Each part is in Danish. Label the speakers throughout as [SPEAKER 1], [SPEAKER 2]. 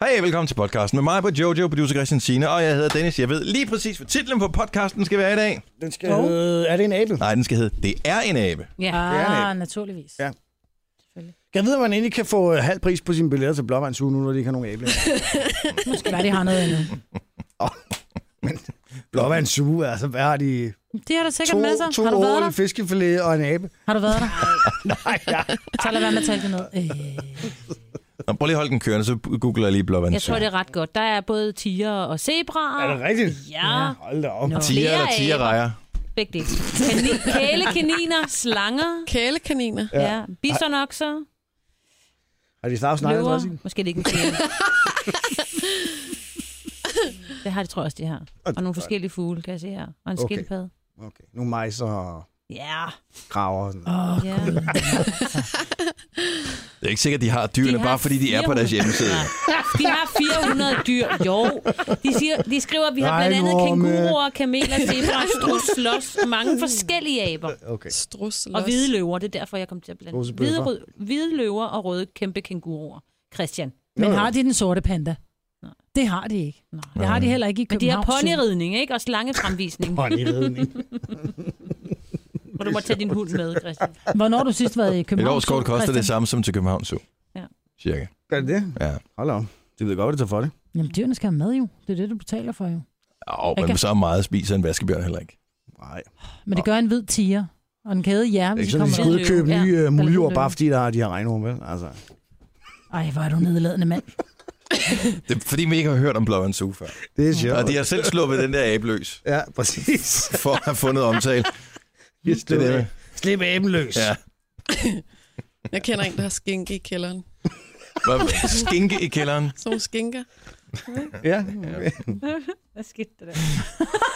[SPEAKER 1] Hej, velkommen til podcasten med mig på Jojo, producer Christian Sine, og jeg hedder Dennis. Jeg ved lige præcis, hvad titlen på podcasten skal være i dag.
[SPEAKER 2] Den skal
[SPEAKER 3] Dog.
[SPEAKER 2] hedde... Er det en abe?
[SPEAKER 1] Nej, den skal hedde Det er en abe.
[SPEAKER 3] Ja,
[SPEAKER 2] er en
[SPEAKER 3] ah,
[SPEAKER 2] app.
[SPEAKER 3] naturligvis.
[SPEAKER 2] Ja.
[SPEAKER 3] Selvfølgelig.
[SPEAKER 2] Jeg ved, at man egentlig kan få øh, halv pris på sine billetter til Blåvands Uge, nu når de ikke har nogen æble.
[SPEAKER 3] Måske var det har noget andet.
[SPEAKER 2] Blåvands Uge, altså hvad har de?
[SPEAKER 3] Det har du sikkert
[SPEAKER 2] To,
[SPEAKER 3] med sig.
[SPEAKER 2] to
[SPEAKER 3] Har du været
[SPEAKER 2] år,
[SPEAKER 3] der?
[SPEAKER 2] en fiskefilet og en abe.
[SPEAKER 3] Har du været der?
[SPEAKER 2] Nej, ja.
[SPEAKER 3] Så lad være med at tale det ned. Øh,
[SPEAKER 1] Nå, prøv lige at holde den kørende, så googler jeg lige blåvand.
[SPEAKER 4] Jeg tror, det er ret godt. Der er både tiger og zebraer.
[SPEAKER 2] Er det rigtigt?
[SPEAKER 4] Ja,
[SPEAKER 2] Hold da op.
[SPEAKER 3] Nå.
[SPEAKER 1] Tiger eller
[SPEAKER 4] flere
[SPEAKER 1] tiger
[SPEAKER 4] aber.
[SPEAKER 1] rejer.
[SPEAKER 4] begge dele. Kani- Kælekaniner, slanger,
[SPEAKER 5] Kælekaniner.
[SPEAKER 4] ja. ja. bisonokser,
[SPEAKER 2] Har de snart snakket
[SPEAKER 4] løver.
[SPEAKER 2] også? ikke?
[SPEAKER 4] Måske er det ikke en kæle. det har de, tror jeg også, de har. Og nogle forskellige fugle, kan jeg se her. Og en
[SPEAKER 2] Okay.
[SPEAKER 4] okay. skildpadde.
[SPEAKER 2] Okay, nogle majser og
[SPEAKER 4] Ja.
[SPEAKER 2] graver og sådan
[SPEAKER 4] ja.
[SPEAKER 1] Det er ikke sikkert, de har dyrene,
[SPEAKER 4] har
[SPEAKER 1] bare fordi de er på deres
[SPEAKER 4] 400
[SPEAKER 1] hjemmeside.
[SPEAKER 4] Nej. De har 400 dyr. Jo. De, siger, de skriver, at vi har blandt andet
[SPEAKER 2] Regnorme.
[SPEAKER 4] kænguruer, kameler, zebraer, strus, los, mange forskellige aber.
[SPEAKER 2] Okay.
[SPEAKER 5] Strus.
[SPEAKER 4] Og hvide løver, det er derfor, jeg kom til at blande.
[SPEAKER 2] Strudsebøffer.
[SPEAKER 4] Hvide, rød, hvide løver og røde kæmpe kænguruer. Christian.
[SPEAKER 3] Men
[SPEAKER 2] Jo, jo.
[SPEAKER 3] har de den sorte panda? Det har de ikke. Det har de heller ikke i
[SPEAKER 4] Men de har
[SPEAKER 3] København.
[SPEAKER 4] ponyridning, ikke? Og slangefremvisning,
[SPEAKER 2] Ponyridning.
[SPEAKER 4] hvor du må tage din hund med, Christian.
[SPEAKER 3] Hvornår har du sidst været i
[SPEAKER 1] Et
[SPEAKER 3] København?
[SPEAKER 1] årskort koster det
[SPEAKER 3] Christian?
[SPEAKER 1] samme som til København Zoo.
[SPEAKER 4] Ja.
[SPEAKER 1] Cirka.
[SPEAKER 2] Gør det det?
[SPEAKER 1] Ja.
[SPEAKER 2] Hold da op. Det ved godt, hvad det tager for det.
[SPEAKER 3] Jamen, dyrene skal have mad jo. Det er det, du betaler for jo.
[SPEAKER 1] Og
[SPEAKER 3] Jeg
[SPEAKER 1] men
[SPEAKER 3] kan-
[SPEAKER 1] så meget spiser en vaskebjørn heller ikke.
[SPEAKER 2] Nej.
[SPEAKER 3] Men det gør en hvid tiger. Og en kæde jer,
[SPEAKER 2] Det er
[SPEAKER 3] hvis
[SPEAKER 2] ikke
[SPEAKER 3] de
[SPEAKER 2] sådan,
[SPEAKER 3] kommer
[SPEAKER 2] at de skal ud og købe
[SPEAKER 4] Ja,
[SPEAKER 2] nye
[SPEAKER 3] der
[SPEAKER 2] øh,
[SPEAKER 3] er
[SPEAKER 2] muljord,
[SPEAKER 3] lidt
[SPEAKER 2] bare
[SPEAKER 3] løb.
[SPEAKER 2] fordi der er de her regnrum, vel? Altså,
[SPEAKER 3] derud. Ej, hvor er du nedladende mand.
[SPEAKER 1] Det er fordi, vi ikke har hørt om blåvand Zoo før.
[SPEAKER 2] det
[SPEAKER 3] Mm.
[SPEAKER 2] er sjovt.
[SPEAKER 1] Og de har selv sluppet den der abe løs,
[SPEAKER 2] Ja, præcis.
[SPEAKER 1] for at have fundet omtale.
[SPEAKER 2] det
[SPEAKER 1] det,
[SPEAKER 2] er
[SPEAKER 1] med.
[SPEAKER 2] det. Slip aben løs.
[SPEAKER 1] Ja.
[SPEAKER 5] Jeg kender en, der har skinke i kælderen.
[SPEAKER 1] Hvad- Skinke i kælderen.
[SPEAKER 5] Sådan nogle skinker.
[SPEAKER 2] ja.
[SPEAKER 4] Hvad skete der?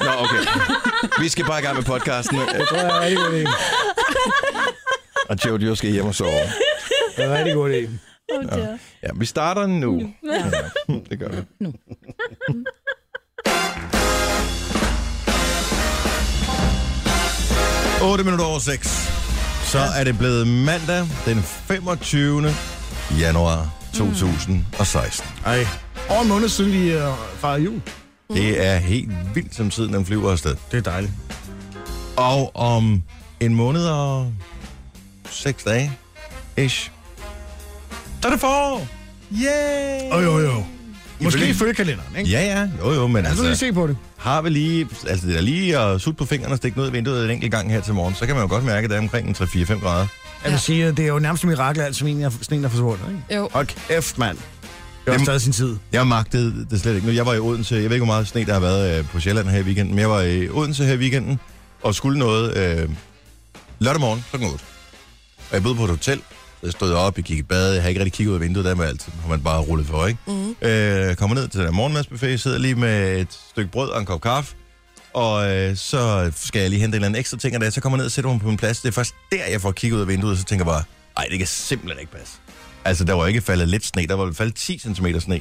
[SPEAKER 1] Nå, okay. Vi skal bare i gang med podcasten.
[SPEAKER 2] Det tror jeg er en rigtig god idé.
[SPEAKER 1] Og Jojo skal hjem og sove.
[SPEAKER 2] Det er en rigtig god idé.
[SPEAKER 1] Ja, vi starter nu. Ja. det gør vi. Nu. minutter over 6. Så er det blevet mandag den 25. januar 2016.
[SPEAKER 2] Ej. Over en måned siden vi øh, fejrede jul.
[SPEAKER 1] Det er helt vildt, som tiden den flyver afsted.
[SPEAKER 2] Det er dejligt.
[SPEAKER 1] Og om en måned og seks dage, ish, så er det forår. Yay!
[SPEAKER 2] Jo, jo, jo. Måske
[SPEAKER 1] vil-
[SPEAKER 2] ifølge kalenderen, ikke?
[SPEAKER 1] Ja, ja. Jo, jo, men
[SPEAKER 2] Altså, lige
[SPEAKER 1] altså,
[SPEAKER 2] se på det.
[SPEAKER 1] har vi lige... Altså, det er lige at sutte på fingrene og stikke noget i vinduet en enkelt gang her til morgen, så kan man jo godt mærke, at det er omkring en 3-4-5 grader.
[SPEAKER 2] Jeg vil sige, at det er jo nærmest et mirakel, at sneen er, sneen er forsvundet, ikke?
[SPEAKER 5] Jo.
[SPEAKER 2] Hold kæft, mand. Det var
[SPEAKER 1] Jamen-
[SPEAKER 2] stadig sin tid.
[SPEAKER 1] Jeg magtede det slet ikke. Nu, jeg var i Odense. Jeg ved ikke, hvor meget sne, der har været øh, på Sjælland her i weekenden, men jeg var i Odense her i weekenden og skulle noget øh, lørdag morgen kl. 8. Og jeg boede på et hotel, så jeg stod op, jeg gik i bad, jeg havde ikke rigtig kigget ud af vinduet, der med altid, har man bare rullet for, ikke?
[SPEAKER 5] Mm.
[SPEAKER 1] Øh, kommer ned til den her morgenmadsbuffet, jeg sidder lige med et stykke brød og en kop kaffe, og øh, så skal jeg lige hente en eller anden ekstra ting, og da jeg så kommer ned og sætter mig på min plads, det er først der, jeg får kigget ud af vinduet, og så tænker jeg bare, nej, det kan simpelthen ikke passe. Altså, der var ikke faldet lidt sne, der var faldet 10 cm sne.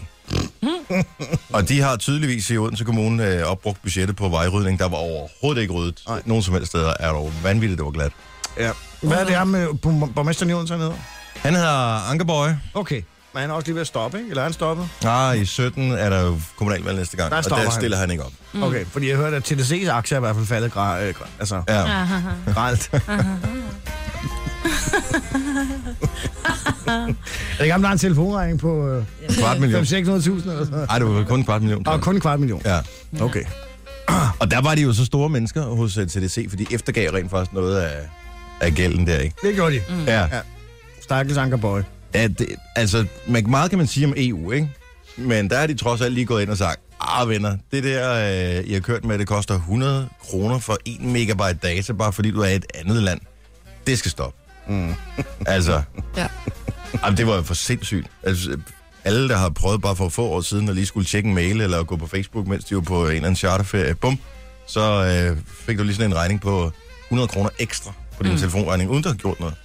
[SPEAKER 1] og de har tydeligvis i Odense Kommune øh, opbrugt budgettet på vejrydning, der var overhovedet ikke ryddet.
[SPEAKER 2] Nej.
[SPEAKER 1] Nogen som helst steder er dog vanvittigt, det var glat.
[SPEAKER 2] Ja. Hvad er det her med borg- borgmesteren i Odense hernede?
[SPEAKER 1] Han hedder Ankerborg.
[SPEAKER 2] Okay. Men han er også lige ved at stoppe, ikke? Eller er han stoppet?
[SPEAKER 1] Ah, i 17 er der jo kommunalvalg næste gang,
[SPEAKER 2] Der
[SPEAKER 1] og
[SPEAKER 2] stopper
[SPEAKER 1] der
[SPEAKER 2] han.
[SPEAKER 1] stiller han ikke op.
[SPEAKER 2] Mm. Okay, fordi jeg hørte, at TDC's aktier er i hvert fald faldet gra- øh, gra- altså,
[SPEAKER 1] Ja.
[SPEAKER 2] gralt. er det ikke ham, der har en telefonregning på øh,
[SPEAKER 1] Kvart million.
[SPEAKER 2] 500-600.000 eller sådan noget?
[SPEAKER 1] Nej, det var kun en kvart million.
[SPEAKER 2] Og kun en kvart million.
[SPEAKER 1] Ja.
[SPEAKER 2] Okay.
[SPEAKER 1] Og der var de jo så store mennesker hos øh, TDC, for de eftergav rent faktisk noget af, af gælden der, ikke?
[SPEAKER 2] Det gjorde de.
[SPEAKER 1] Mm. Ja.
[SPEAKER 2] Ja. Stakkels Ankerborg.
[SPEAKER 1] ja det, altså, man, meget kan man sige om EU, ikke? Men der er de trods alt lige gået ind og sagt, ah venner, det der, øh, I har kørt med, det koster 100 kroner for 1 megabyte data, bare fordi du er i et andet land. Det skal stoppe. Mm. altså,
[SPEAKER 5] Ja.
[SPEAKER 1] Jamen, det var jo for sindssygt. Altså, alle, der har prøvet bare for få år siden at lige skulle tjekke en mail eller gå på Facebook, mens de var på en eller anden charterferie, bum, så øh, fik du lige sådan en regning på 100 kroner ekstra på din mm. telefonregning, uden du har gjort noget.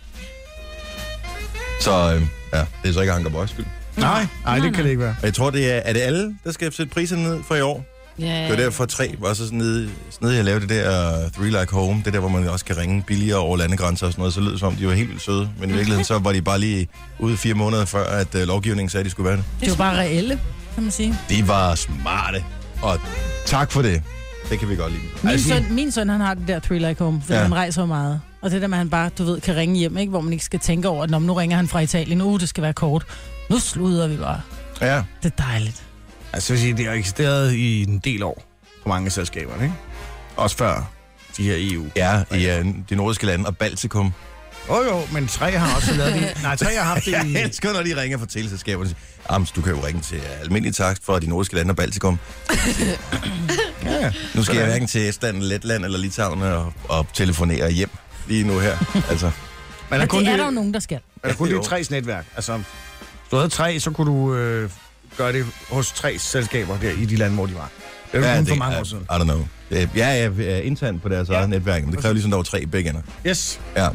[SPEAKER 1] Så øh, ja, det er så ikke Anker Boys skyld.
[SPEAKER 2] Nej, nej, det kan det ikke være.
[SPEAKER 1] Og jeg tror, det er, er det alle, der skal sætte priserne ned for i år?
[SPEAKER 4] Ja.
[SPEAKER 1] Det var derfor tre var så sådan nede, sådan nede jeg lavede det der uh, Three Like Home, det der, hvor man også kan ringe billigere over landegrænser og sådan noget, så lød det som, om, de var helt vildt søde. Men i virkeligheden, så var de bare lige ude fire måneder før, at uh, lovgivningen sagde, at de skulle være det.
[SPEAKER 3] Det er jo bare reelle. kan man sige.
[SPEAKER 1] De var smarte, og tak for det. Det kan vi godt lide.
[SPEAKER 3] Min,
[SPEAKER 1] Altså,
[SPEAKER 3] søn, min søn, han har det der three like home, fordi
[SPEAKER 1] Ja.
[SPEAKER 3] ja. han rejser jo meget. Og det der med, at han bare, du ved, kan ringe hjem, ikke? hvor man ikke skal tænke over, at "Nå, men nu ringer han fra Italien, uh, det skal være kort. Nu sluder vi bare.
[SPEAKER 1] ja.
[SPEAKER 3] Det er dejligt.
[SPEAKER 2] Altså, jeg vil sige, det har eksisteret i en del år på mange selskaber, ikke? Også før de her E EU.
[SPEAKER 1] Ja, i uh, de nordiske lande og Baltikum.
[SPEAKER 2] Åh oh, jo, men tre har også lavet det. Nej, tre har haft det
[SPEAKER 1] Jeg
[SPEAKER 2] i...
[SPEAKER 1] elsker, når de ringer fra teleselskaberne. Ams, du kan jo ringe til almindelig takst fra de nordiske lande og Baltikum.
[SPEAKER 2] Ja,
[SPEAKER 1] Nu skal jeg hverken til Estland, Letland eller Litauen og, og telefonere hjem lige nu her. Altså,
[SPEAKER 2] Men der
[SPEAKER 3] Men
[SPEAKER 2] kun
[SPEAKER 3] det er
[SPEAKER 2] lige,
[SPEAKER 3] der jo nogen, der skal.
[SPEAKER 2] er der kun
[SPEAKER 1] Jo.
[SPEAKER 2] lige tre netværk. Altså, hvis du havde tre, så kunne du øh, gøre det hos tre selskaber der i de lande, hvor de var. Det er jo ja, kun for mange
[SPEAKER 1] er-
[SPEAKER 2] år siden.
[SPEAKER 1] I don't know. Det- Ja, jeg er internt på deres
[SPEAKER 2] Ja.
[SPEAKER 1] eget netværk, men det kræver ligesom, der var tre i begge ender.
[SPEAKER 2] Yes.
[SPEAKER 1] Ja.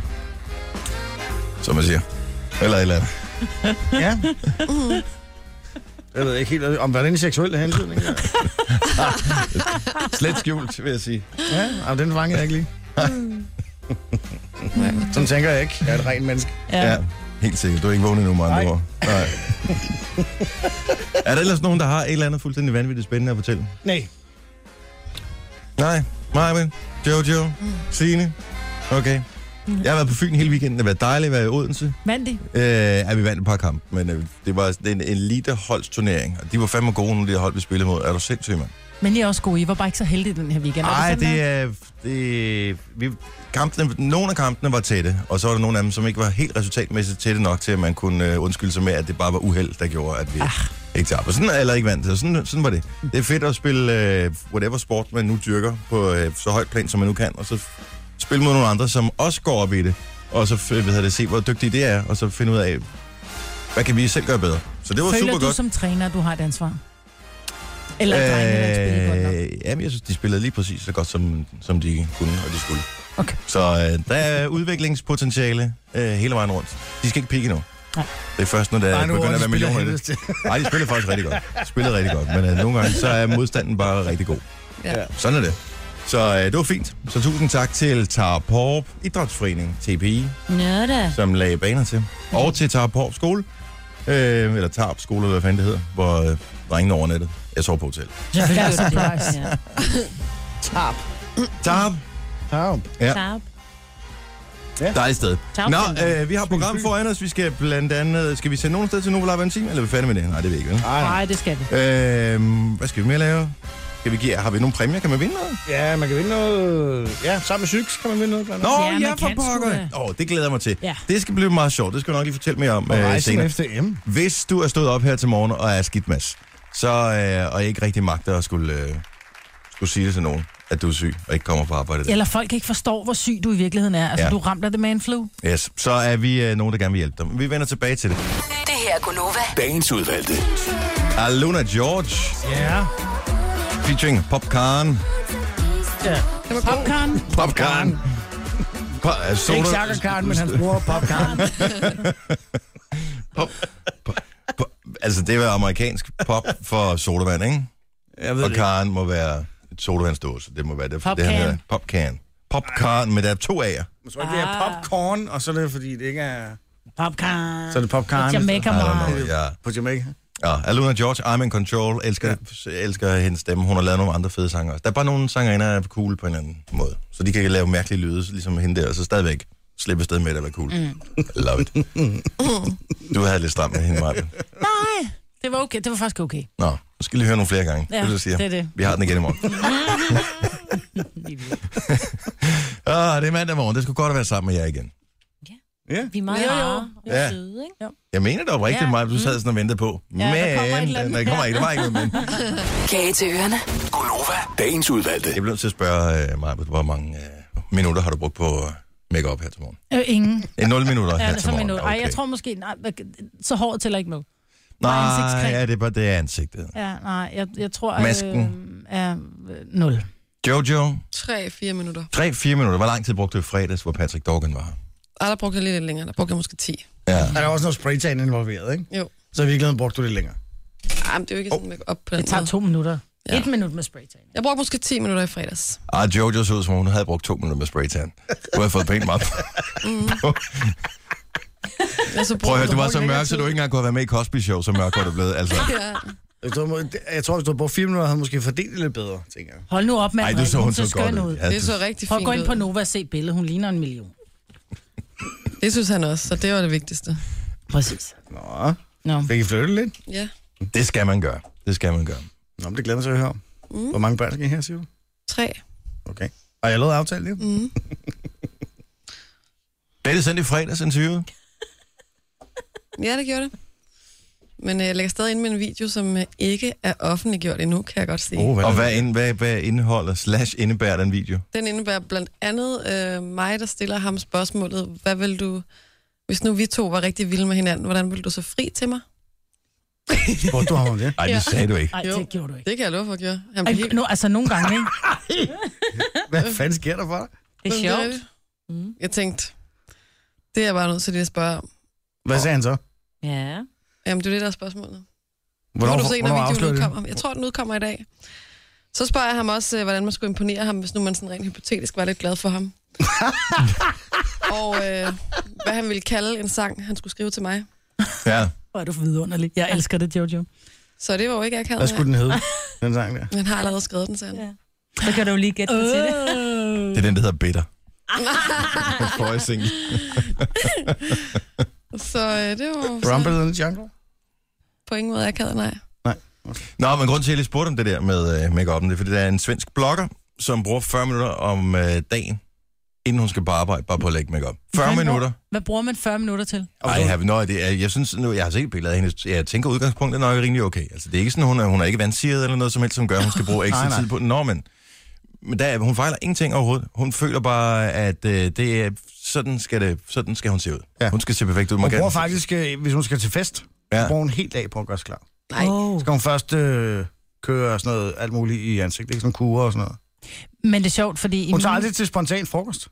[SPEAKER 1] Som man siger. Eller et eller andet.
[SPEAKER 2] Ja. Mm. Jeg ved ikke helt, om hvordan er en seksuel hensyn, ikke?
[SPEAKER 1] Slet skjult, vil jeg sige.
[SPEAKER 2] Ja, jamen, den fangede jeg ikke lige. Mm. Sådan tænker jeg ikke. Jeg er et rent menneske.
[SPEAKER 1] Ja. ja. Helt sikkert. Du er ikke vågnet endnu, med andre
[SPEAKER 2] Nej.
[SPEAKER 1] ord. Nej. er der ellers nogen, der har et eller andet fuldstændig vanvittigt spændende at fortælle?
[SPEAKER 2] Nej.
[SPEAKER 1] Nej. Marvin, Jojo, Signe. Okay. Jeg har været på Fyn hele weekenden. Det har været dejligt at være i Odense.
[SPEAKER 6] Mandy.
[SPEAKER 1] Øh, ja, vi vandt et par kampe, men øh, det var en eliteholdsturnering, og de var fandme gode, nogle af de hold, vi spillede mod. Er du sindssyg, mand?
[SPEAKER 3] Men I er også gode. I var bare ikke så heldige den her weekend.
[SPEAKER 1] Nej,
[SPEAKER 3] er det, sådan,
[SPEAKER 1] det
[SPEAKER 3] at-
[SPEAKER 1] er... Det, vi, kampene, nogle af kampene var tætte, og så var der nogle af dem, som ikke var helt resultatmæssigt tætte nok til, at man kunne øh, undskylde sig med, at det bare var uheld, der gjorde, at vi
[SPEAKER 3] Ah.
[SPEAKER 1] Ach. ikke tabte. Sådan, eller ikke vandt. Så sådan, sådan var det. Det er fedt at spille øh, whatever sport, man nu dyrker på øh, så højt plan, som man nu kan, og så spille mod nogle andre, som også går op i det, og så øh, hvad hedder det, se, hvor dygtige det er, og så finde ud af, hvad kan vi selv gøre bedre. Så det var
[SPEAKER 3] Føler
[SPEAKER 1] super
[SPEAKER 3] du
[SPEAKER 1] godt.
[SPEAKER 3] som træner, at du har et ansvar? Eller øh... drengene, der ikke spiller godt nok?
[SPEAKER 1] Øh, jamen, jeg synes, de spillede lige præcis så godt, som, som de kunne, og de skulle.
[SPEAKER 3] Okay.
[SPEAKER 1] Så øh, der er udviklingspotentiale øh, hele vejen rundt. De skal ikke pikke endnu.
[SPEAKER 3] Nej.
[SPEAKER 1] Det er først, når der
[SPEAKER 2] Bare nu,
[SPEAKER 1] begynder
[SPEAKER 2] hvor
[SPEAKER 1] at
[SPEAKER 2] de
[SPEAKER 1] være
[SPEAKER 2] spiller
[SPEAKER 1] millioner i det.
[SPEAKER 2] helvedes til.
[SPEAKER 1] Nej, de spillede faktisk rigtig godt. De spillede rigtig godt, men øh, nogle gange så er modstanden bare rigtig god.
[SPEAKER 5] Ja.
[SPEAKER 1] Sådan er det. Så øh, det var fint. Så tusind tak til Tarporp Idrætsforening, TPI,
[SPEAKER 4] Nå da.
[SPEAKER 1] som lagde baner til. Og til Tarporp Skole. Øh, eller Tarp Skole, eller hvad fanden det hedder, hvor øh, drengene overnattede. Jeg sov på hotel.
[SPEAKER 3] Selvfølgelig er det
[SPEAKER 4] Ja.
[SPEAKER 3] det.
[SPEAKER 1] Tarp,
[SPEAKER 2] Ja.
[SPEAKER 1] Ja.
[SPEAKER 4] Tab.
[SPEAKER 1] dejligt sted.
[SPEAKER 4] Tab.
[SPEAKER 1] Nå, øh, vi har et program foran os. Vi skal blandt andet... Skal vi sende nogen sted til Novo Lab Antim, eller er vi færdige med det? Nej, det vil vi ikke, vel?
[SPEAKER 3] Nej, det skal vi.
[SPEAKER 1] Øh, hvad skal vi mere lave? Skal vi give, har vi nogle præmier? Kan man vinde noget?
[SPEAKER 2] Ja, man kan vinde noget... Ja, sammen med Syks kan man vinde noget. Blandt andet.
[SPEAKER 1] Nå,
[SPEAKER 3] Ja, man
[SPEAKER 1] ja, for
[SPEAKER 3] kan sgu
[SPEAKER 1] pokker.
[SPEAKER 3] da.
[SPEAKER 1] Åh, oh, det glæder jeg mig til.
[SPEAKER 3] Ja.
[SPEAKER 1] Det skal blive meget sjovt. Det skal jeg nok lige fortælle mere om
[SPEAKER 2] Og
[SPEAKER 1] øh,
[SPEAKER 2] rejsen
[SPEAKER 1] senere.
[SPEAKER 2] efter M.
[SPEAKER 1] Hvis du er stået op her til morgen og er skidt mas, så øh, og ikke rigtig magter at skulle, øh, skulle sige det til nogen, at du er syg og ikke kommer på arbejde.
[SPEAKER 3] Eller folk ikke forstår, hvor syg du i virkeligheden er. Altså,
[SPEAKER 1] Ja.
[SPEAKER 3] ja. du ramte det med en flu.
[SPEAKER 1] Yes. Så er vi øh, nogen, der gerne vil hjælpe dig. Vi vender tilbage til det.
[SPEAKER 7] Det her er Gunova.
[SPEAKER 8] Dagens udvalgte.
[SPEAKER 1] Aluna Ah, George.
[SPEAKER 2] Ja.
[SPEAKER 1] Featuring Popcorn.
[SPEAKER 3] Popcorn.
[SPEAKER 1] Popcorn. Po uh, soda.
[SPEAKER 2] Ikke Chaka Khan, men hans bror Popcorn.
[SPEAKER 1] Pop, pop, pop. Altså, det var amerikansk pop for sodavand, ikke?
[SPEAKER 2] Jeg ved
[SPEAKER 1] Og
[SPEAKER 2] det ikke.
[SPEAKER 1] Karen må være et sodavandsdåse. Det må være det, det
[SPEAKER 3] Popcan.
[SPEAKER 1] hedder. Popcorn. Popcorn, men der er to A'er.
[SPEAKER 2] Jeg tror ikke, det
[SPEAKER 5] Ah.
[SPEAKER 2] er popcorn, og så er det, fordi det ikke er...
[SPEAKER 3] Popcorn.
[SPEAKER 2] Så er det popcorn.
[SPEAKER 3] Jamaica
[SPEAKER 1] I don't
[SPEAKER 3] Mom.
[SPEAKER 1] know, ja.
[SPEAKER 2] På Jamaica.
[SPEAKER 1] ja. Aluna George, I'm in control. Elsker, ja. elsker hendes stemme. Hun har lavet nogle andre fede sange også. Der er bare nogle sangerinder, der er cool på en eller anden måde. Så de kan lave mærkelige lyde, ligesom hende der, og så stadigvæk slippe afsted med det at være cool. Mm. Love it. Du havde lidt stramt med hende, Martin.
[SPEAKER 3] Nej, det var okay. Det var faktisk okay.
[SPEAKER 1] Nå, nu skal jeg lige høre nogle flere gange.
[SPEAKER 3] Ja,
[SPEAKER 1] Ja, det, er det, jeg siger.
[SPEAKER 3] det er det.
[SPEAKER 1] Vi har den igen i morgen. ah, det er mandag morgen. Det skulle godt at være sammen med jer igen.
[SPEAKER 4] Vi er meget
[SPEAKER 3] Jo, jo.
[SPEAKER 4] rare og
[SPEAKER 1] Ja.
[SPEAKER 4] søde, ikke?
[SPEAKER 1] Jeg mener det oprigtigt
[SPEAKER 3] Ja, Mm.
[SPEAKER 1] meget, du sad sådan og ventede på. Ja, men, øh,
[SPEAKER 3] der kommer et eller andet.
[SPEAKER 1] der kommer ikke, der var ikke noget, men.
[SPEAKER 7] Kage til ørerne.
[SPEAKER 8] Gunova. Dagens udvalgte.
[SPEAKER 1] Jeg bliver nødt til at spørge øh, Maja, hvor mange øh, minutter har du brugt på øh, make-up her til morgen?
[SPEAKER 3] Øh, ingen.
[SPEAKER 1] Eh, 0 minutter
[SPEAKER 3] Ja,
[SPEAKER 1] her
[SPEAKER 3] det er
[SPEAKER 1] til
[SPEAKER 3] så
[SPEAKER 1] morgen.
[SPEAKER 3] minut. Ej, jeg tror måske... Nej, så håret tæller ikke med. bare
[SPEAKER 1] Nej,
[SPEAKER 3] ansigtscreme.
[SPEAKER 1] ja, det er bare det er ansigtet.
[SPEAKER 3] Ja, nej, jeg, jeg tror...
[SPEAKER 1] Masken.
[SPEAKER 3] Øh, er øh, nul.
[SPEAKER 1] Jojo,
[SPEAKER 5] Tre-fire minutter.
[SPEAKER 1] 3-4 minutter. Hvor lang tid brugte du i fredags, hvor Patrick Dorgan var her?
[SPEAKER 5] Ej, der brugte jeg lidt længere. Der brugte jeg måske 10.
[SPEAKER 1] Ja.
[SPEAKER 2] Der er også noget spraytan involveret, ikke?
[SPEAKER 5] Jo.
[SPEAKER 2] Så i virkeligheden brugte du det længere.
[SPEAKER 5] Ej, men det er jo ikke sådan, make op på den
[SPEAKER 3] Det tager
[SPEAKER 5] måde.
[SPEAKER 3] to minutter.
[SPEAKER 5] Ja.
[SPEAKER 3] Ja. Et minut med spraytan.
[SPEAKER 5] Jeg brugte måske 10 minutter i fredags.
[SPEAKER 1] Ah, Jojo så ud, som om hun havde brugt to minutter med spraytan. Du har fået pænt meget på,
[SPEAKER 5] Jeg så
[SPEAKER 1] Prøv at høre,
[SPEAKER 5] brugte-
[SPEAKER 1] du var så mørk,
[SPEAKER 5] brugte længere
[SPEAKER 1] så du
[SPEAKER 5] tid.
[SPEAKER 3] Ah.
[SPEAKER 1] ikke engang kunne have været med i Cosby Show, så mørk var du blevet. Altså,
[SPEAKER 5] Ja.
[SPEAKER 2] Jeg tror, jeg tror, hvis du havde brugt fire minutter, havde du måske fordelt det lidt bedre, tænker jeg.
[SPEAKER 3] Hold nu op med
[SPEAKER 1] Ej,
[SPEAKER 3] at
[SPEAKER 1] det
[SPEAKER 3] ringe,
[SPEAKER 1] så hun så
[SPEAKER 3] skøn
[SPEAKER 1] godt ud.
[SPEAKER 3] ud.
[SPEAKER 1] Ja,
[SPEAKER 5] Det så rigtig
[SPEAKER 3] Prøv at
[SPEAKER 5] fint
[SPEAKER 3] gå ind på
[SPEAKER 5] ud.
[SPEAKER 3] Nova og se billedet. Hun ligner en million.
[SPEAKER 5] Det synes han også, så det var det vigtigste.
[SPEAKER 3] Præcis.
[SPEAKER 2] Nå,
[SPEAKER 3] Nå.
[SPEAKER 2] fik I flyttet lidt?
[SPEAKER 5] Ja,
[SPEAKER 1] Det skal man gøre. Det skal man gøre.
[SPEAKER 2] Nå, men det glæder mig til at høre om. Mm. Hvor mange børn skal I her, siger du?
[SPEAKER 5] tre.
[SPEAKER 2] Okay. Har jeg lavet aftale det? Mm.
[SPEAKER 1] Blev det sendt i fredags interviewet?
[SPEAKER 5] Ja, det gjorde det. Men øh, jeg lægger stadig ind med en video, som øh, ikke er offentliggjort endnu, kan jeg godt sige.
[SPEAKER 2] Oh,
[SPEAKER 1] Og hvad, ind, hvad, hvad indeholder slash indebærer den video?
[SPEAKER 5] Den indebærer blandt andet øh, mig, der stiller ham spørgsmålet, hvad vil du, hvis nu vi to var rigtig vilde med hinanden, hvordan ville du så fri til mig?
[SPEAKER 2] Hvor du har om det?
[SPEAKER 1] Nej, det sagde du ikke.
[SPEAKER 3] Nej,
[SPEAKER 5] Jo.
[SPEAKER 3] det gjorde du ikke.
[SPEAKER 5] Det kan jeg love for at gøre. Han blev
[SPEAKER 3] Ej,
[SPEAKER 5] helt...
[SPEAKER 3] nu, altså nogle gange, ikke?
[SPEAKER 2] Hvad fanden sker der for dig?
[SPEAKER 4] Det er sjovt.
[SPEAKER 5] Mm. Jeg tænkte, det er jeg bare nødt til lige at spørge om.
[SPEAKER 2] Hvad sagde han så?
[SPEAKER 4] Ja.
[SPEAKER 5] Jamen, det er det, der er spørgsmålet.
[SPEAKER 2] Hvornår,
[SPEAKER 5] nu kan du se, når videoen
[SPEAKER 2] afslører det?
[SPEAKER 5] udkommer. Jeg tror, den udkommer i dag. Så spørger jeg ham også, øh, hvordan man skulle imponere ham, hvis nu man sådan rent hypotetisk var lidt glad for ham. og øh, hvad han ville kalde en sang, han skulle skrive til mig.
[SPEAKER 1] Ja.
[SPEAKER 3] Hvor er du vidunderlig. Øh. Jeg elsker det, Jojo.
[SPEAKER 5] Så det var jo ikke akavet.
[SPEAKER 2] Hvad skulle
[SPEAKER 5] af.
[SPEAKER 2] den hedde, den sang der?
[SPEAKER 5] Han har allerede skrevet den, sagde han.
[SPEAKER 4] Så kan du jo lige gætte øh. til det.
[SPEAKER 1] Det er den, der hedder Bitter. Får jeg single.
[SPEAKER 5] Så øh, det var jo så
[SPEAKER 2] Rumble in the Jungle?
[SPEAKER 5] på ingen måde akavet, nej.
[SPEAKER 1] Nå, men grunden til, at jeg lige spurgte om det der med øh, make-up'en, det er, fordi der er en svensk blogger, som bruger 40 minutter om øh, dagen, inden hun skal på arbejde, bare på at lægge make-up. 40
[SPEAKER 3] Hvad-
[SPEAKER 1] minutter.
[SPEAKER 3] Hvad bruger man 40 minutter til?
[SPEAKER 1] Ej, jeg have no idea. Jeg synes nu, jeg har set billeder af hende. Jeg tænker, udgangspunktet er nok rimelig okay. Altså, det er ikke sådan, hun er, hun er ikke vandsiret eller noget som helst, som gør, at hun skal bruge ekstra
[SPEAKER 2] Nej, nej.
[SPEAKER 1] tid på den. Nå, men, men der, er- hun fejler ingenting overhovedet. Hun føler bare, at øh, det er, sådan, skal det, sådan skal hun se ud. Ja.
[SPEAKER 2] Ja.
[SPEAKER 1] Hun skal se perfekt ud. Man
[SPEAKER 2] Hun
[SPEAKER 1] kan-
[SPEAKER 2] bruger faktisk, øh, hvis hun skal til fest,
[SPEAKER 1] Ja.
[SPEAKER 2] ja. bruger hun helt dag på at gøre sig klar.
[SPEAKER 5] Nej.
[SPEAKER 3] Oh.
[SPEAKER 2] Så skal hun først øh, køre sådan noget, alt muligt i ansigtet, ikke? sådan kurer og sådan noget.
[SPEAKER 3] Men det er sjovt, fordi... i
[SPEAKER 2] Hun tager
[SPEAKER 3] min-
[SPEAKER 2] aldrig til spontan frokost.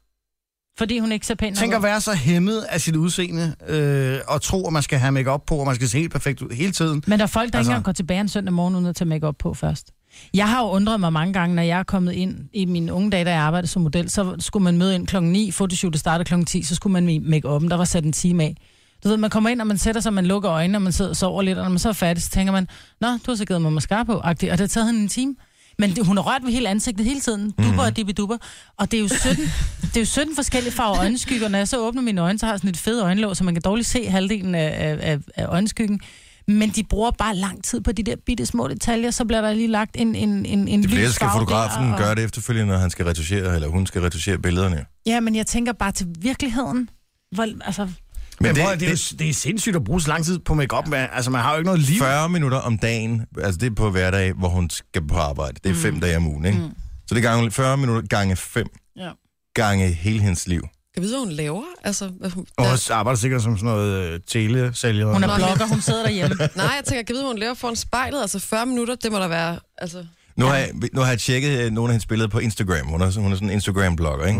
[SPEAKER 3] Fordi hun ikke ser pæn nok
[SPEAKER 2] Tænk at
[SPEAKER 3] ud.
[SPEAKER 2] være så hæmmet af sit udseende, øh, og tro, at man skal have makeup på, og man skal se helt perfekt ud hele tiden.
[SPEAKER 3] Men der er folk, der altså...
[SPEAKER 2] Altså-
[SPEAKER 3] ikke engang går tilbage en søndag morgen, uden at tage makeup på først. Jeg har jo undret mig mange gange, når jeg er kommet ind i mine unge dage, da jeg arbejdede som model, så skulle man møde ind klokken 9, fotoshootet startede klokken 10, så skulle man i make-up'en, der var sat en time af. Du ved, man kommer ind, og man sætter sig, man lukker øjnene, og man sidder og sover lidt, og når man så er færdig, så tænker man, Nå, du har så givet mig mascara på, agtigt, og det har taget hende en time. Men det- hun har rørt ved hele ansigtet hele tiden.
[SPEAKER 1] Mhm.
[SPEAKER 3] Dupper og dippiduber. Og det er jo 17, det er jo 17 forskellige farver øjenskygger. Når jeg så åbner mine øjne, så har jeg sådan et fedt øjenlåg, så man kan dårligt se halvdelen af, af, af, af øjenskyggen. Men de bruger bare lang tid på de der bitte små detaljer, så bliver der lige lagt en, en, en, en
[SPEAKER 1] Det bliver,
[SPEAKER 3] lys
[SPEAKER 1] skal
[SPEAKER 3] farve
[SPEAKER 1] fotografen
[SPEAKER 3] og-
[SPEAKER 1] gøre det efterfølgende, når han skal retuschere, eller hun skal retuschere billederne.
[SPEAKER 3] Ja, men jeg tænker bare til virkeligheden. Hvor, altså,
[SPEAKER 2] Men, Men det, prøv, at- det, det, er jo, det er sindssygt at bruge så lang tid på makeup. Man, altså, man har jo ikke noget liv.
[SPEAKER 1] 40 minutter om dagen, altså det er på hverdag, hvor hun skal på arbejde. Det er fem dage om ugen, ikke? Mm. Så det er gange, 40 minutter gange 5.
[SPEAKER 3] Ja.
[SPEAKER 1] Gange hele hendes liv.
[SPEAKER 5] Jeg ved, hvad hun laver. Altså, hvad hun...
[SPEAKER 2] Og
[SPEAKER 5] Ja.
[SPEAKER 2] også arbejder sikkert som sådan noget øh, telesælger.
[SPEAKER 3] hun
[SPEAKER 5] Nå,
[SPEAKER 3] er
[SPEAKER 5] men-
[SPEAKER 3] blogger, hun sidder derhjemme.
[SPEAKER 5] Nej, jeg tænker, jeg ved, hvad hun laver foran spejlet. Altså 40 minutter, det må der være. Altså,
[SPEAKER 1] Nu har, jeg, nu har jeg tjekket øh, nogle af hendes billeder på Instagram. Hun er, hun er sådan en Instagram-blogger, ikke?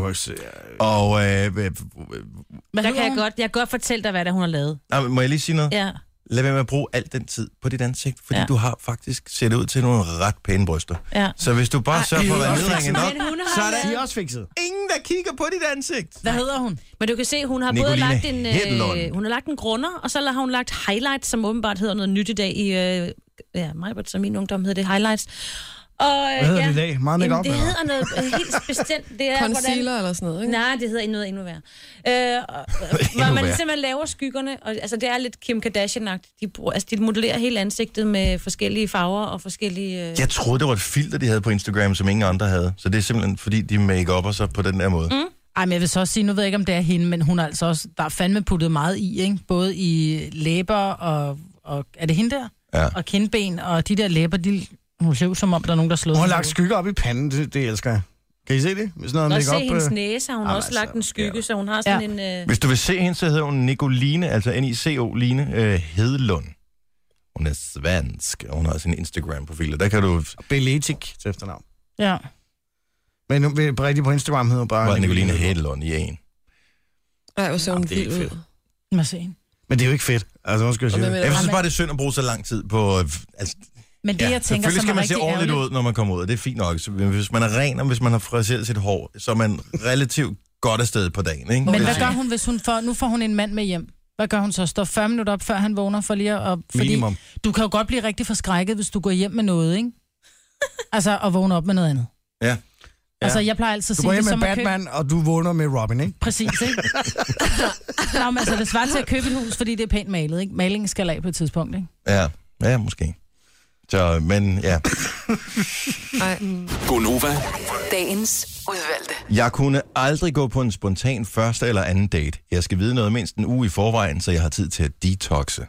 [SPEAKER 1] Og øh, øh, øh,
[SPEAKER 3] Hvad
[SPEAKER 4] Der
[SPEAKER 3] hedder
[SPEAKER 4] kan jeg
[SPEAKER 3] hun?
[SPEAKER 4] godt, jeg kan godt fortælle dig, hvad det er, hun har lavet.
[SPEAKER 1] nej, men må jeg lige sige noget?
[SPEAKER 4] Ja.
[SPEAKER 1] Lad være med at bruge al den tid på dit ansigt, fordi
[SPEAKER 4] Ja.
[SPEAKER 1] du har faktisk set ud til nogle ret pæne bryster.
[SPEAKER 4] Ja.
[SPEAKER 1] Så hvis du bare sørger for at være nedringet nok,
[SPEAKER 4] Men hun har
[SPEAKER 1] så er der
[SPEAKER 2] De er også fikset.
[SPEAKER 1] ingen, der kigger på dit ansigt.
[SPEAKER 3] Hvad hedder hun?
[SPEAKER 4] Men du kan se, hun har både
[SPEAKER 1] Nicoline
[SPEAKER 4] lagt en,
[SPEAKER 1] Hedlund.
[SPEAKER 4] øh, hun har lagt en grunder, og så har hun lagt highlights, som åbenbart hedder noget nyt i dag i øh, ja, mig, som min ungdom hed det highlights. Og, øh,
[SPEAKER 2] Hvad hedder
[SPEAKER 4] ja,
[SPEAKER 2] det i dag? Meget
[SPEAKER 4] Jamen,
[SPEAKER 2] makeup.
[SPEAKER 4] det hedder noget øh, helt bestemt. Det er,
[SPEAKER 5] concealer eller sådan noget,
[SPEAKER 4] Hvordan,
[SPEAKER 5] ikke?
[SPEAKER 4] nej, det hedder noget endnu værre. Øh, og,
[SPEAKER 1] Endnu
[SPEAKER 4] hvor man
[SPEAKER 1] værre.
[SPEAKER 4] simpelthen laver skyggerne. Og, altså, det er lidt Kim Kardashian-agtigt. De, bruger- altså, de modellerer hele ansigtet med forskellige farver og forskellige... Øh,
[SPEAKER 1] Jeg troede, det var et filter, de havde på Instagram, som ingen andre havde. Så det er simpelthen, fordi de make-upper sig på den der måde. Mm.
[SPEAKER 3] Ej, men jeg vil så også sige, nu ved jeg ikke, om det er hende, men hun er altså også, der er fandme puttet meget i, ikke? Både i læber og, og er det hende der?
[SPEAKER 1] Ja.
[SPEAKER 3] Og kindben, og de der læber, de, hun ser ud som om, der er nogen, der slår.
[SPEAKER 2] Hun har lagt skygger op i panden. Det, det elsker jeg. Kan I se det? Med sådan noget
[SPEAKER 4] og se
[SPEAKER 2] makeup.
[SPEAKER 4] hendes
[SPEAKER 2] øh,
[SPEAKER 4] næse, har hun
[SPEAKER 2] Jamen,
[SPEAKER 4] også lagt
[SPEAKER 2] altså,
[SPEAKER 4] en skygge,
[SPEAKER 2] ja.
[SPEAKER 4] så hun har sådan en... Øh,
[SPEAKER 1] Hvis du vil se hende, så hedder hun Nicoline, altså N-I-C-O, Line øh, Hedlund. Hun er svensk, og hun har sin Instagram-profil, og der kan du...
[SPEAKER 2] Beletik til efternavn.
[SPEAKER 3] Ja.
[SPEAKER 2] Men nu, ved- på rigtig på Instagram hedder hun
[SPEAKER 1] Bare
[SPEAKER 2] bare...
[SPEAKER 1] Nicoline Hedlund i en.
[SPEAKER 5] Nej, hvor ser hun
[SPEAKER 2] det er
[SPEAKER 5] vild ud.
[SPEAKER 2] fedt.
[SPEAKER 3] Lad os se hende.
[SPEAKER 2] Men det er jo ikke fedt. Altså, hun skal jeg
[SPEAKER 5] Og
[SPEAKER 2] sige.
[SPEAKER 5] hvem er
[SPEAKER 2] det.
[SPEAKER 5] det?
[SPEAKER 1] Jeg synes bare, det er synd at bruge så lang tid på... øh, Altså,
[SPEAKER 3] Men det,
[SPEAKER 1] ja,
[SPEAKER 3] ja, jeg tænker,
[SPEAKER 1] selvfølgelig
[SPEAKER 3] som
[SPEAKER 1] skal
[SPEAKER 3] er
[SPEAKER 1] man se
[SPEAKER 3] rigtig
[SPEAKER 1] ordentligt
[SPEAKER 3] ærgerligt,
[SPEAKER 1] ud, når man kommer ud, og det er fint nok. Så, men hvis man er ren, og hvis man har friseret sit hår, så er man relativt godt afsted på dagen, ikke?
[SPEAKER 3] Men
[SPEAKER 1] Det
[SPEAKER 3] hvad
[SPEAKER 1] vil
[SPEAKER 3] gør
[SPEAKER 1] sige-
[SPEAKER 3] hun, hvis hun får, nu får hun en mand med hjem? Hvad gør hun så? Står 40 minutter op, før han vågner, for lige at... Fordi
[SPEAKER 1] Minimum.
[SPEAKER 3] du kan jo godt blive rigtig forskrækket, hvis du går hjem med noget, ikke? Altså, og vågner op med noget andet.
[SPEAKER 1] Ja.
[SPEAKER 3] Ja. Altså, jeg plejer altid at
[SPEAKER 2] Du
[SPEAKER 3] sige,
[SPEAKER 2] går
[SPEAKER 3] det
[SPEAKER 2] hjem
[SPEAKER 3] er
[SPEAKER 2] med
[SPEAKER 3] som at købe-
[SPEAKER 2] Batman, og du vågner med Robin, ikke?
[SPEAKER 3] Præcis, ikke? Nå, men altså, det svarer til at købe et hus, fordi det er pænt malet, ikke? Malingen skal af på et tidspunkt, ikke?
[SPEAKER 1] Ja, ja måske. Så, men ja,
[SPEAKER 8] Gonova,
[SPEAKER 7] Dagens udvalgte.
[SPEAKER 1] jeg kunne aldrig gå på en spontan første eller anden date. Jeg skal vide noget mindst en uge i forvejen, så jeg har tid til at detoxe.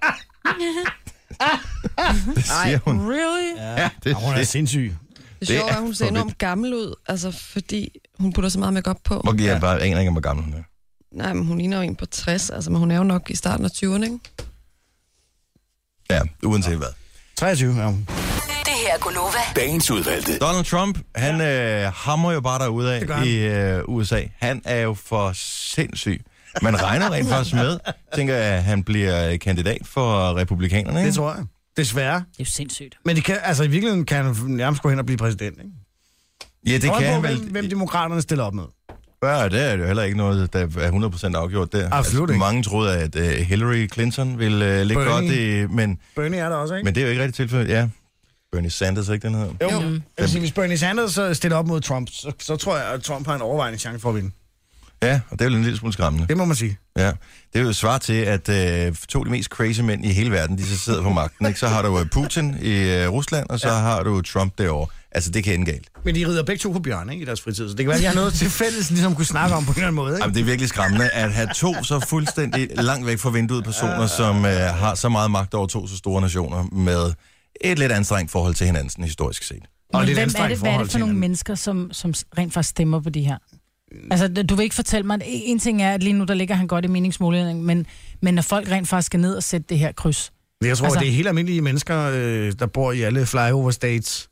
[SPEAKER 1] det siger hun.
[SPEAKER 3] Really?
[SPEAKER 1] Ja, det,
[SPEAKER 2] Hun er
[SPEAKER 1] det.
[SPEAKER 2] sindssyg.
[SPEAKER 1] Det
[SPEAKER 5] Det sjove er,
[SPEAKER 1] er
[SPEAKER 5] at hun ser
[SPEAKER 1] for
[SPEAKER 5] enormt gammel ud, altså fordi hun putter så meget makeup på.
[SPEAKER 1] Okay, jeg bare aner ikke, om hvor gammel hun er.
[SPEAKER 5] Nej, men hun ligner jo en på 60, altså, men hun er jo nok i starten af 20'erne, ikke?
[SPEAKER 1] Ja, uanset hvad.
[SPEAKER 2] 23, ja.
[SPEAKER 7] Det her er Gunova.
[SPEAKER 8] dagens udvalgte.
[SPEAKER 1] Donald Trump, han ja. øh, hammer jo bare derudad
[SPEAKER 2] Det gør han.
[SPEAKER 1] i øh, USA. Han er jo for sindssyg. Man regner rent faktisk med, tænker jeg, at han bliver øh, kandidat for republikanerne. Ikke?
[SPEAKER 2] Det tror jeg. Desværre.
[SPEAKER 3] Det er jo sindssygt.
[SPEAKER 2] Men det kan, altså, i virkeligheden kan han nærmest gå hen og blive præsident, ikke?
[SPEAKER 1] ja, det
[SPEAKER 2] Det
[SPEAKER 1] kan
[SPEAKER 2] kan på,
[SPEAKER 1] han
[SPEAKER 2] hvem,
[SPEAKER 1] vel.
[SPEAKER 2] hvem demokraterne stiller op med.
[SPEAKER 1] Ja, det er jo heller ikke noget, der er 100% afgjort der. Altså,
[SPEAKER 2] Absolut ikke.
[SPEAKER 1] Mange troede, at øh, Hillary Clinton ville øh, ligge
[SPEAKER 2] Bernie.
[SPEAKER 1] godt i... Men,
[SPEAKER 2] Bernie er der også, ikke?
[SPEAKER 1] men det er jo ikke rigtigt tilfældet. Ja, Bernie Sanders, ikke den hedder?
[SPEAKER 2] jo. jo. Jeg vil sige, hvis Bernie Sanders så stiller op mod Trump, så, så tror jeg, at Trump har en overvejende chance for at vinde.
[SPEAKER 1] Ja, og det er jo en lille smule skræmmende.
[SPEAKER 2] Det må man sige.
[SPEAKER 1] Ja, det er jo svar til, at øh, to af de mest crazy mænd i hele verden, de så sidder på magten. Ikke? Så har du øh, Putin i øh, Rusland, og så ja. har du Trump derovre. Altså, det kan ende galt.
[SPEAKER 2] Men de rider begge to på bjørn, ikke, i deres fritid, så det kan være, at de har noget til fælles, ligesom kunne snakke om på en eller anden måde. Ikke?
[SPEAKER 1] Jamen, det er virkelig skræmmende at have to så fuldstændig langt væk fra vinduet personer, som øh, har så meget magt over to så store nationer, med et lidt anstrengt forhold til hinanden, sådan historisk set.
[SPEAKER 2] Og det er et
[SPEAKER 3] Men hvem er
[SPEAKER 2] anstrengt
[SPEAKER 3] det, hvad er
[SPEAKER 2] forhold
[SPEAKER 3] det
[SPEAKER 2] til
[SPEAKER 3] for nogle
[SPEAKER 2] hinanden.
[SPEAKER 3] mennesker, som, som rent faktisk stemmer på de her? Altså, du vil ikke fortælle mig, at en ting er, at lige nu der ligger han godt i meningsmålingen, men, men når folk rent faktisk skal ned og sætte det her kryds.
[SPEAKER 2] Men Jeg tror, altså,
[SPEAKER 3] Altså-
[SPEAKER 2] det er helt almindelige mennesker, øh, der bor i alle flyover states,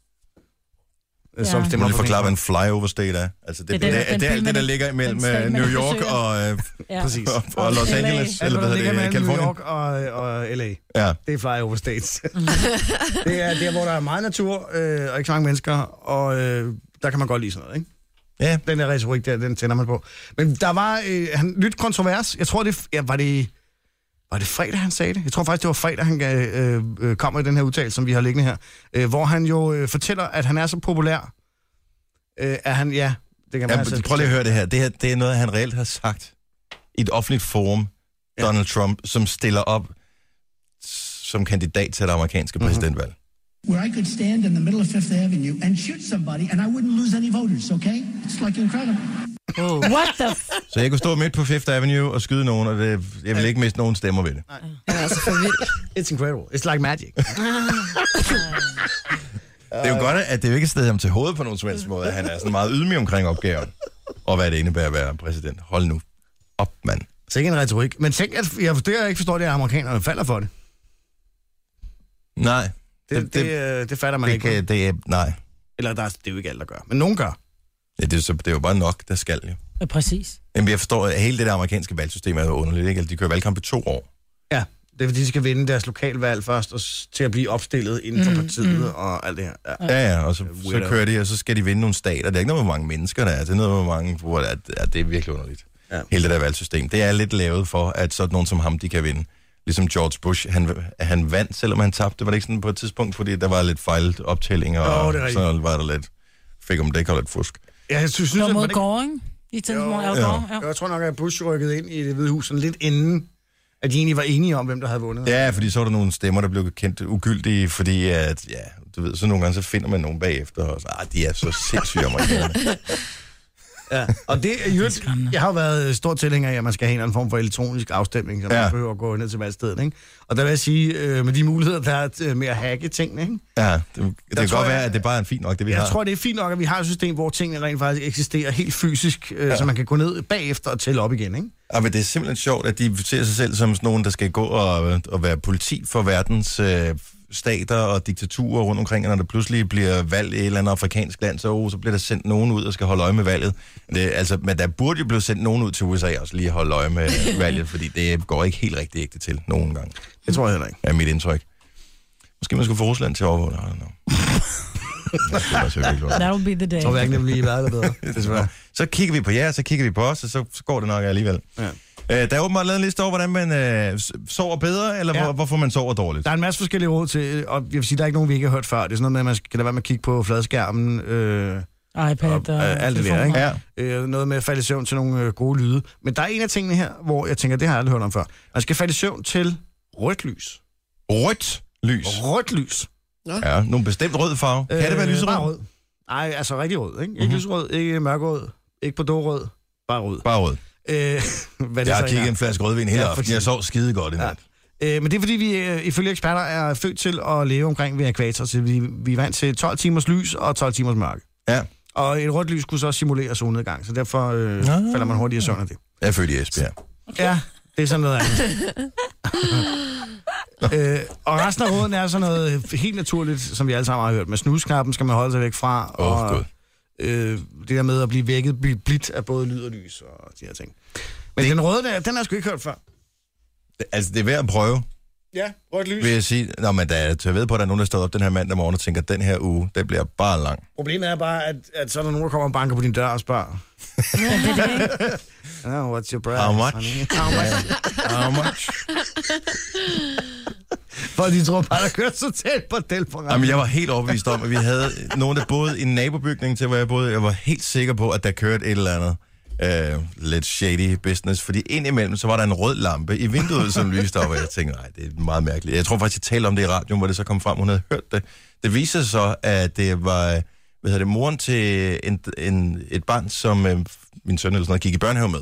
[SPEAKER 2] ja. som
[SPEAKER 3] Ja.
[SPEAKER 1] Det må
[SPEAKER 2] stemmer
[SPEAKER 1] lige
[SPEAKER 2] på
[SPEAKER 1] forklare, hvad
[SPEAKER 2] den.
[SPEAKER 1] en flyover state er. Altså, det,
[SPEAKER 3] Ja,
[SPEAKER 1] det, det,
[SPEAKER 3] den-
[SPEAKER 1] det,
[SPEAKER 3] den
[SPEAKER 1] det er alt
[SPEAKER 3] by,
[SPEAKER 1] det,
[SPEAKER 3] man
[SPEAKER 1] der
[SPEAKER 3] ikke-
[SPEAKER 1] ligger imellem
[SPEAKER 3] den stat,
[SPEAKER 1] øh,
[SPEAKER 3] man
[SPEAKER 1] New
[SPEAKER 3] ikke
[SPEAKER 1] York
[SPEAKER 3] besøger.
[SPEAKER 1] og, øh,
[SPEAKER 3] Ja.
[SPEAKER 2] Præcis.
[SPEAKER 1] og, og Los
[SPEAKER 3] LA.
[SPEAKER 1] Angeles,
[SPEAKER 2] Alt,
[SPEAKER 1] eller hvad
[SPEAKER 2] hvad der ligger
[SPEAKER 1] hedder det,
[SPEAKER 2] mellem New
[SPEAKER 1] Kalifornien.
[SPEAKER 2] York og, og L.A.,
[SPEAKER 1] Ja.
[SPEAKER 2] det er flyover states. det er der, hvor der er meget natur øh, og ikke så mange mennesker, og øh, der kan man godt lide sådan noget, ikke?
[SPEAKER 1] Ja,
[SPEAKER 2] den der retorik der, den tænder man på. Men der var øh, han, lidt kontrovers. Jeg tror, det ja, var det... Var det fredag, han sagde det? Jeg tror faktisk, det var fredag, han gav, øh, øh, kom med den her udtalelse, som vi har liggende her. Øh, hvor han jo øh, fortæller, at han er så populær, øh, at han... Ja, det kan man
[SPEAKER 1] Ja,
[SPEAKER 2] altså...
[SPEAKER 1] prøv lige at høre det her. Det her det er noget, han reelt har sagt i et offentligt forum,
[SPEAKER 2] Ja.
[SPEAKER 1] Donald Trump, som stiller op som kandidat til det amerikanske
[SPEAKER 2] Mhm.
[SPEAKER 1] præsidentvalg.
[SPEAKER 9] where I could stand in the middle of Fifth Avenue and shoot somebody and I wouldn't lose any voters, okay? It's like incredible.
[SPEAKER 3] What the f-
[SPEAKER 1] Så jeg kunne stå midt på Fifth Avenue og skyde nogen, og det, jeg ville ikke miste nogen stemmer ved det.
[SPEAKER 5] Han er altså for vild.
[SPEAKER 2] It's incredible. It's like magic.
[SPEAKER 1] Det er jo godt, at det jo ikke er stedet ham til hovedet på nogen som helst måde. Han er sådan meget ydmyg omkring opgaven, og hvad det indebærer at være præsident. Hold nu op, mand.
[SPEAKER 2] Så ikke en retorik. Men tænk, at jeg, det, jeg ikke forstår, det er, at amerikanerne falder for det.
[SPEAKER 1] Nej,
[SPEAKER 2] Det, det, det, det, øh, det fatter man
[SPEAKER 1] det,
[SPEAKER 2] ikke.
[SPEAKER 1] kan, det er, nej.
[SPEAKER 2] Eller der, er- det er jo ikke alle, der gør. Men nogen gør.
[SPEAKER 1] Ja, det, er, så- det er jo bare nok, der skal jo.
[SPEAKER 3] Ja, Præcis.
[SPEAKER 1] Jamen, jeg forstår, at hele det der amerikanske valgsystem er jo underligt, ikke? Altså, De kører valgkamp i to år.
[SPEAKER 2] Ja, det er fordi, de skal vinde deres lokalvalg først, og s- til at blive opstillet inden for partiet mm. og alt det her. Ja.
[SPEAKER 1] Ja, ja, og så, så
[SPEAKER 2] weirdo.
[SPEAKER 1] kører de, og så skal de vinde nogle stater. Det er ikke noget, hvor mange mennesker der er. Det er noget, hvor mange... Hvor der, er- ja, det er virkelig underligt. Ja.
[SPEAKER 2] Ja.
[SPEAKER 1] Hele det der valgsystem. Det er lidt lavet for, at sådan nogen som ham, de kan vinde. Ligesom George Bush, han, han vandt, selvom han tabte. Var det ikke sådan på et tidspunkt, fordi der var lidt fejlet optællinger,
[SPEAKER 2] Jo,
[SPEAKER 1] og
[SPEAKER 2] det er rigtigt.
[SPEAKER 1] sådan var der lidt... Fik om det og lidt fusk.
[SPEAKER 2] Ja, jeg synes,
[SPEAKER 3] Det
[SPEAKER 2] synes
[SPEAKER 3] var
[SPEAKER 2] at
[SPEAKER 3] mod
[SPEAKER 2] man ikke...
[SPEAKER 3] Gore, ikke? I tænkte,
[SPEAKER 2] Jo,
[SPEAKER 3] mod Al
[SPEAKER 1] jo.
[SPEAKER 3] Gore, ja.
[SPEAKER 2] Jeg tror nok, at Bush rykkede ind i det hvide hus sådan lidt inden, at de egentlig var enige om, hvem der havde vundet.
[SPEAKER 1] Ja, fordi så var der nogle stemmer, der blev kendt ugyldige, fordi at, ja, du ved, så nogle gange så finder man nogen bagefter, og så, ah, de er så sindssyge amerikanerne.
[SPEAKER 2] Ja. Og det er jo... Jeg har jo været øh, stor tilhænger af, at man skal have en eller anden form for elektronisk afstemning, så man
[SPEAKER 1] Ja.
[SPEAKER 2] ja. behøver at gå ned til valgstedet, ikke? Og der vil jeg sige, øh, med de muligheder, der er t- med at hacke tingene, ikke?
[SPEAKER 1] Ja, det, det kan
[SPEAKER 2] tror
[SPEAKER 1] godt
[SPEAKER 2] jeg-
[SPEAKER 1] være, at det bare er fint nok, det vi
[SPEAKER 2] Jeg
[SPEAKER 1] har.
[SPEAKER 2] tror, det er fint nok, at vi har et system, hvor tingene rent faktisk eksisterer helt fysisk, øh, ja. så man kan gå ned bagefter og tælle op igen, ikke?
[SPEAKER 1] Ja, Ah, men det er simpelthen sjovt, at de ser sig selv som sådan nogen, der skal gå og, og være politi for verdens øh, stater og diktaturer rundt omkring, og når der pludselig bliver valg i et eller andet afrikansk land, så, oh, så bliver der sendt nogen ud og skal holde øje med valget. Det, altså, men der burde jo blive sendt nogen ud til USA også lige at holde øje med valget, fordi det går ikke helt rigtig ægte til nogen gang,
[SPEAKER 2] Det tror jeg heller ikke.
[SPEAKER 1] er mit indtryk. Måske man skulle få Rusland til at overvåge det, I don't know. Jeg skulle også virkelig overvåge det.
[SPEAKER 3] That'll be the day.
[SPEAKER 2] Jeg tror hverken, det bliver værre eller bedre.
[SPEAKER 1] Nå, Så kigger vi på jer, så kigger vi på os, og så, så går det nok alligevel.
[SPEAKER 2] Ja.
[SPEAKER 1] Øh, der er åbenbart lavet en liste over, hvordan man øh, s- sover bedre, eller ja.
[SPEAKER 2] Ja.
[SPEAKER 1] hvor, hvorfor man sover dårligt.
[SPEAKER 2] Der er en masse forskellige råd til, og jeg vil sige, der er ikke nogen, vi ikke har hørt før. Det er sådan noget med, at man skal lade være med at kigge på fladskærmen, øh,
[SPEAKER 3] iPad og,
[SPEAKER 2] og, øh, alt det der,
[SPEAKER 3] telefoner.
[SPEAKER 2] ikke?
[SPEAKER 1] Ja.
[SPEAKER 2] øh, noget med at falde i søvn til nogle øh, gode lyde. Men der er en af tingene her, hvor jeg tænker, det har jeg aldrig hørt om før. Man skal falde i søvn til rødt lys.
[SPEAKER 1] Rødt lys.
[SPEAKER 2] Rødt lys.
[SPEAKER 1] Ja, nogle bestemt rød farve. Øh, kan det være
[SPEAKER 2] Bare
[SPEAKER 1] lyserød? Mhm.
[SPEAKER 2] rød. Nej, altså rigtig rød, ikke? Ikke lyserød, ikke mørkerød, ikke bordeauxrød, bare rød.
[SPEAKER 1] Bare rød.
[SPEAKER 2] Øh, hvad det
[SPEAKER 1] Jeg har
[SPEAKER 2] så end er.
[SPEAKER 1] kigget en flaske rødvin hele
[SPEAKER 2] Ja, for
[SPEAKER 1] aften.
[SPEAKER 2] tiden.
[SPEAKER 1] Jeg sov skide godt i nat.
[SPEAKER 2] Øh, men det er fordi, vi øh, ifølge eksperter er født til at leve omkring ved ekvator, så vi, vi er vant til 12 timers lys og 12 timers mørke.
[SPEAKER 1] Ja.
[SPEAKER 2] Og et rødt lys kunne så simulere solnedgang, så derfor øh,
[SPEAKER 1] Nå.
[SPEAKER 2] falder man hurtigt i søvn af det.
[SPEAKER 1] Jeg er født i Esbjerg.
[SPEAKER 2] Ja, det er sådan noget andet. øh, og resten af råden er sådan noget helt naturligt, som vi alle sammen har hørt. Med snusknappen skal man holde sig væk fra.
[SPEAKER 1] Åh,
[SPEAKER 2] og,
[SPEAKER 1] Gud.
[SPEAKER 2] øh, det der med at blive vækket, blive blidt af både lyd og lys og de her ting. Men det... den røde der, den har jeg sgu ikke hørt før.
[SPEAKER 1] Det- Altså, det er værd at prøve,
[SPEAKER 2] Ja, rødt lys.
[SPEAKER 1] vil jeg sige. Nå, men der er, jeg ved på, at der er nogen, der står op den her mandag morgen og tænker, den her uge, den bliver bare lang.
[SPEAKER 2] Problemet er bare, at, at så er der nogen, der kommer og banker på din dør og spørger. oh, what's your price?
[SPEAKER 1] How much?
[SPEAKER 2] honey?
[SPEAKER 1] How much?
[SPEAKER 2] For de tror bare, der kører så tæt på del på
[SPEAKER 1] Jamen, jeg var helt overbevist om, at vi havde nogen, der boede i en nabobygning til, hvor jeg boede. Jeg var helt sikker på, at der kørte et eller andet øh, lidt shady business. Fordi indimellem, så var der en rød lampe i vinduet, som lyste op, og jeg tænkte, nej, det er meget mærkeligt. Jeg tror faktisk, jeg talte om det i radioen, hvor det så kom frem, hun havde hørt det. Det viser sig så, at det var hvad hedder det, moren til en, en, et barn, som øh, min søn eller sådan noget, gik i børnehave med.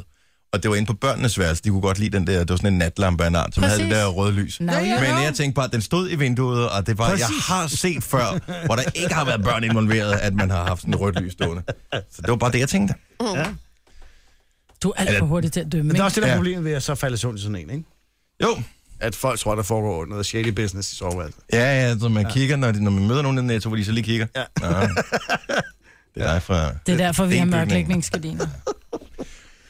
[SPEAKER 1] Og det var inde på børnenes værelse. De kunne godt lide den der, det var sådan en natlampe af en art, som Præcis. havde det der røde lys.
[SPEAKER 3] Now you
[SPEAKER 1] Men jeg tænkte bare, at den stod i vinduet, og det var, jeg har set før, hvor der ikke har været børn involveret, at man har haft sådan et rødt lys stående. Så det var bare det, jeg tænkte.
[SPEAKER 3] Du er alt for hurtig til at dømme.
[SPEAKER 2] Men det er
[SPEAKER 3] ikke?
[SPEAKER 2] også det der
[SPEAKER 1] Ja.
[SPEAKER 2] ja. problem ved at så falde i søvn i sådan en, ikke?
[SPEAKER 1] Jo.
[SPEAKER 2] At folk tror, der foregår noget shady business i soveværelset.
[SPEAKER 1] Ja, ja, så man ja. kigger, når, de, når man møder nogen i Netto, hvor de så lige kigger. Ja. Det er dig fra...
[SPEAKER 3] Det er derfor, vi har
[SPEAKER 1] stenbygningen.
[SPEAKER 3] mørklægningsgardiner.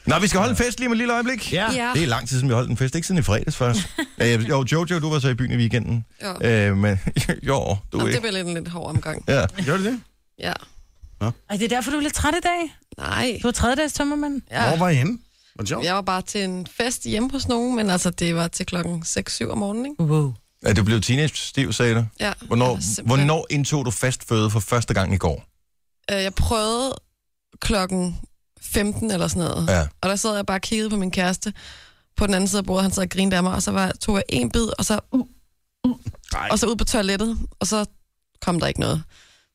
[SPEAKER 1] Nå, vi skal holde en fest lige om et lille øjeblik.
[SPEAKER 2] Ja.
[SPEAKER 4] Ja.
[SPEAKER 1] Det er lang tid siden, vi har holdt en fest. Ikke siden i fredags først. Øh, jo, Jojo, du var så i byen i weekenden.
[SPEAKER 5] Jo.
[SPEAKER 1] Øh, men, jo, du
[SPEAKER 5] Nå,
[SPEAKER 1] er
[SPEAKER 5] det
[SPEAKER 1] ikke.
[SPEAKER 5] bliver lidt en lidt hård omgang.
[SPEAKER 1] Ja.
[SPEAKER 2] Gør det det?
[SPEAKER 5] Ja.
[SPEAKER 3] Ej, det er derfor, du er lidt træt i dag.
[SPEAKER 5] Nej.
[SPEAKER 3] Du er tredje dags tømmermand.
[SPEAKER 5] Ja.
[SPEAKER 2] Hvor var I henne? Var det sjovt?
[SPEAKER 5] Jeg var bare til en fest hjemme hos nogen, men altså, det var til klokken 6-7 om morgenen, ikke?
[SPEAKER 3] Wow.
[SPEAKER 1] ja. du blev teenage-stiv, sagde du.
[SPEAKER 5] Ja. Altså,
[SPEAKER 1] Hvornår,
[SPEAKER 5] Ja, simpelthen.
[SPEAKER 1] hvornår indtog du fastføde for første gang i går?
[SPEAKER 5] Øh, Jeg prøvede klokken 15 eller sådan noget.
[SPEAKER 1] Ja.
[SPEAKER 5] Og der sad jeg bare og kiggede på min kæreste på den anden side af bordet, han sad og grinede af mig, og så var, tog jeg en bid, og så, uh, uh, og så ud på toilettet, og så kom der ikke noget.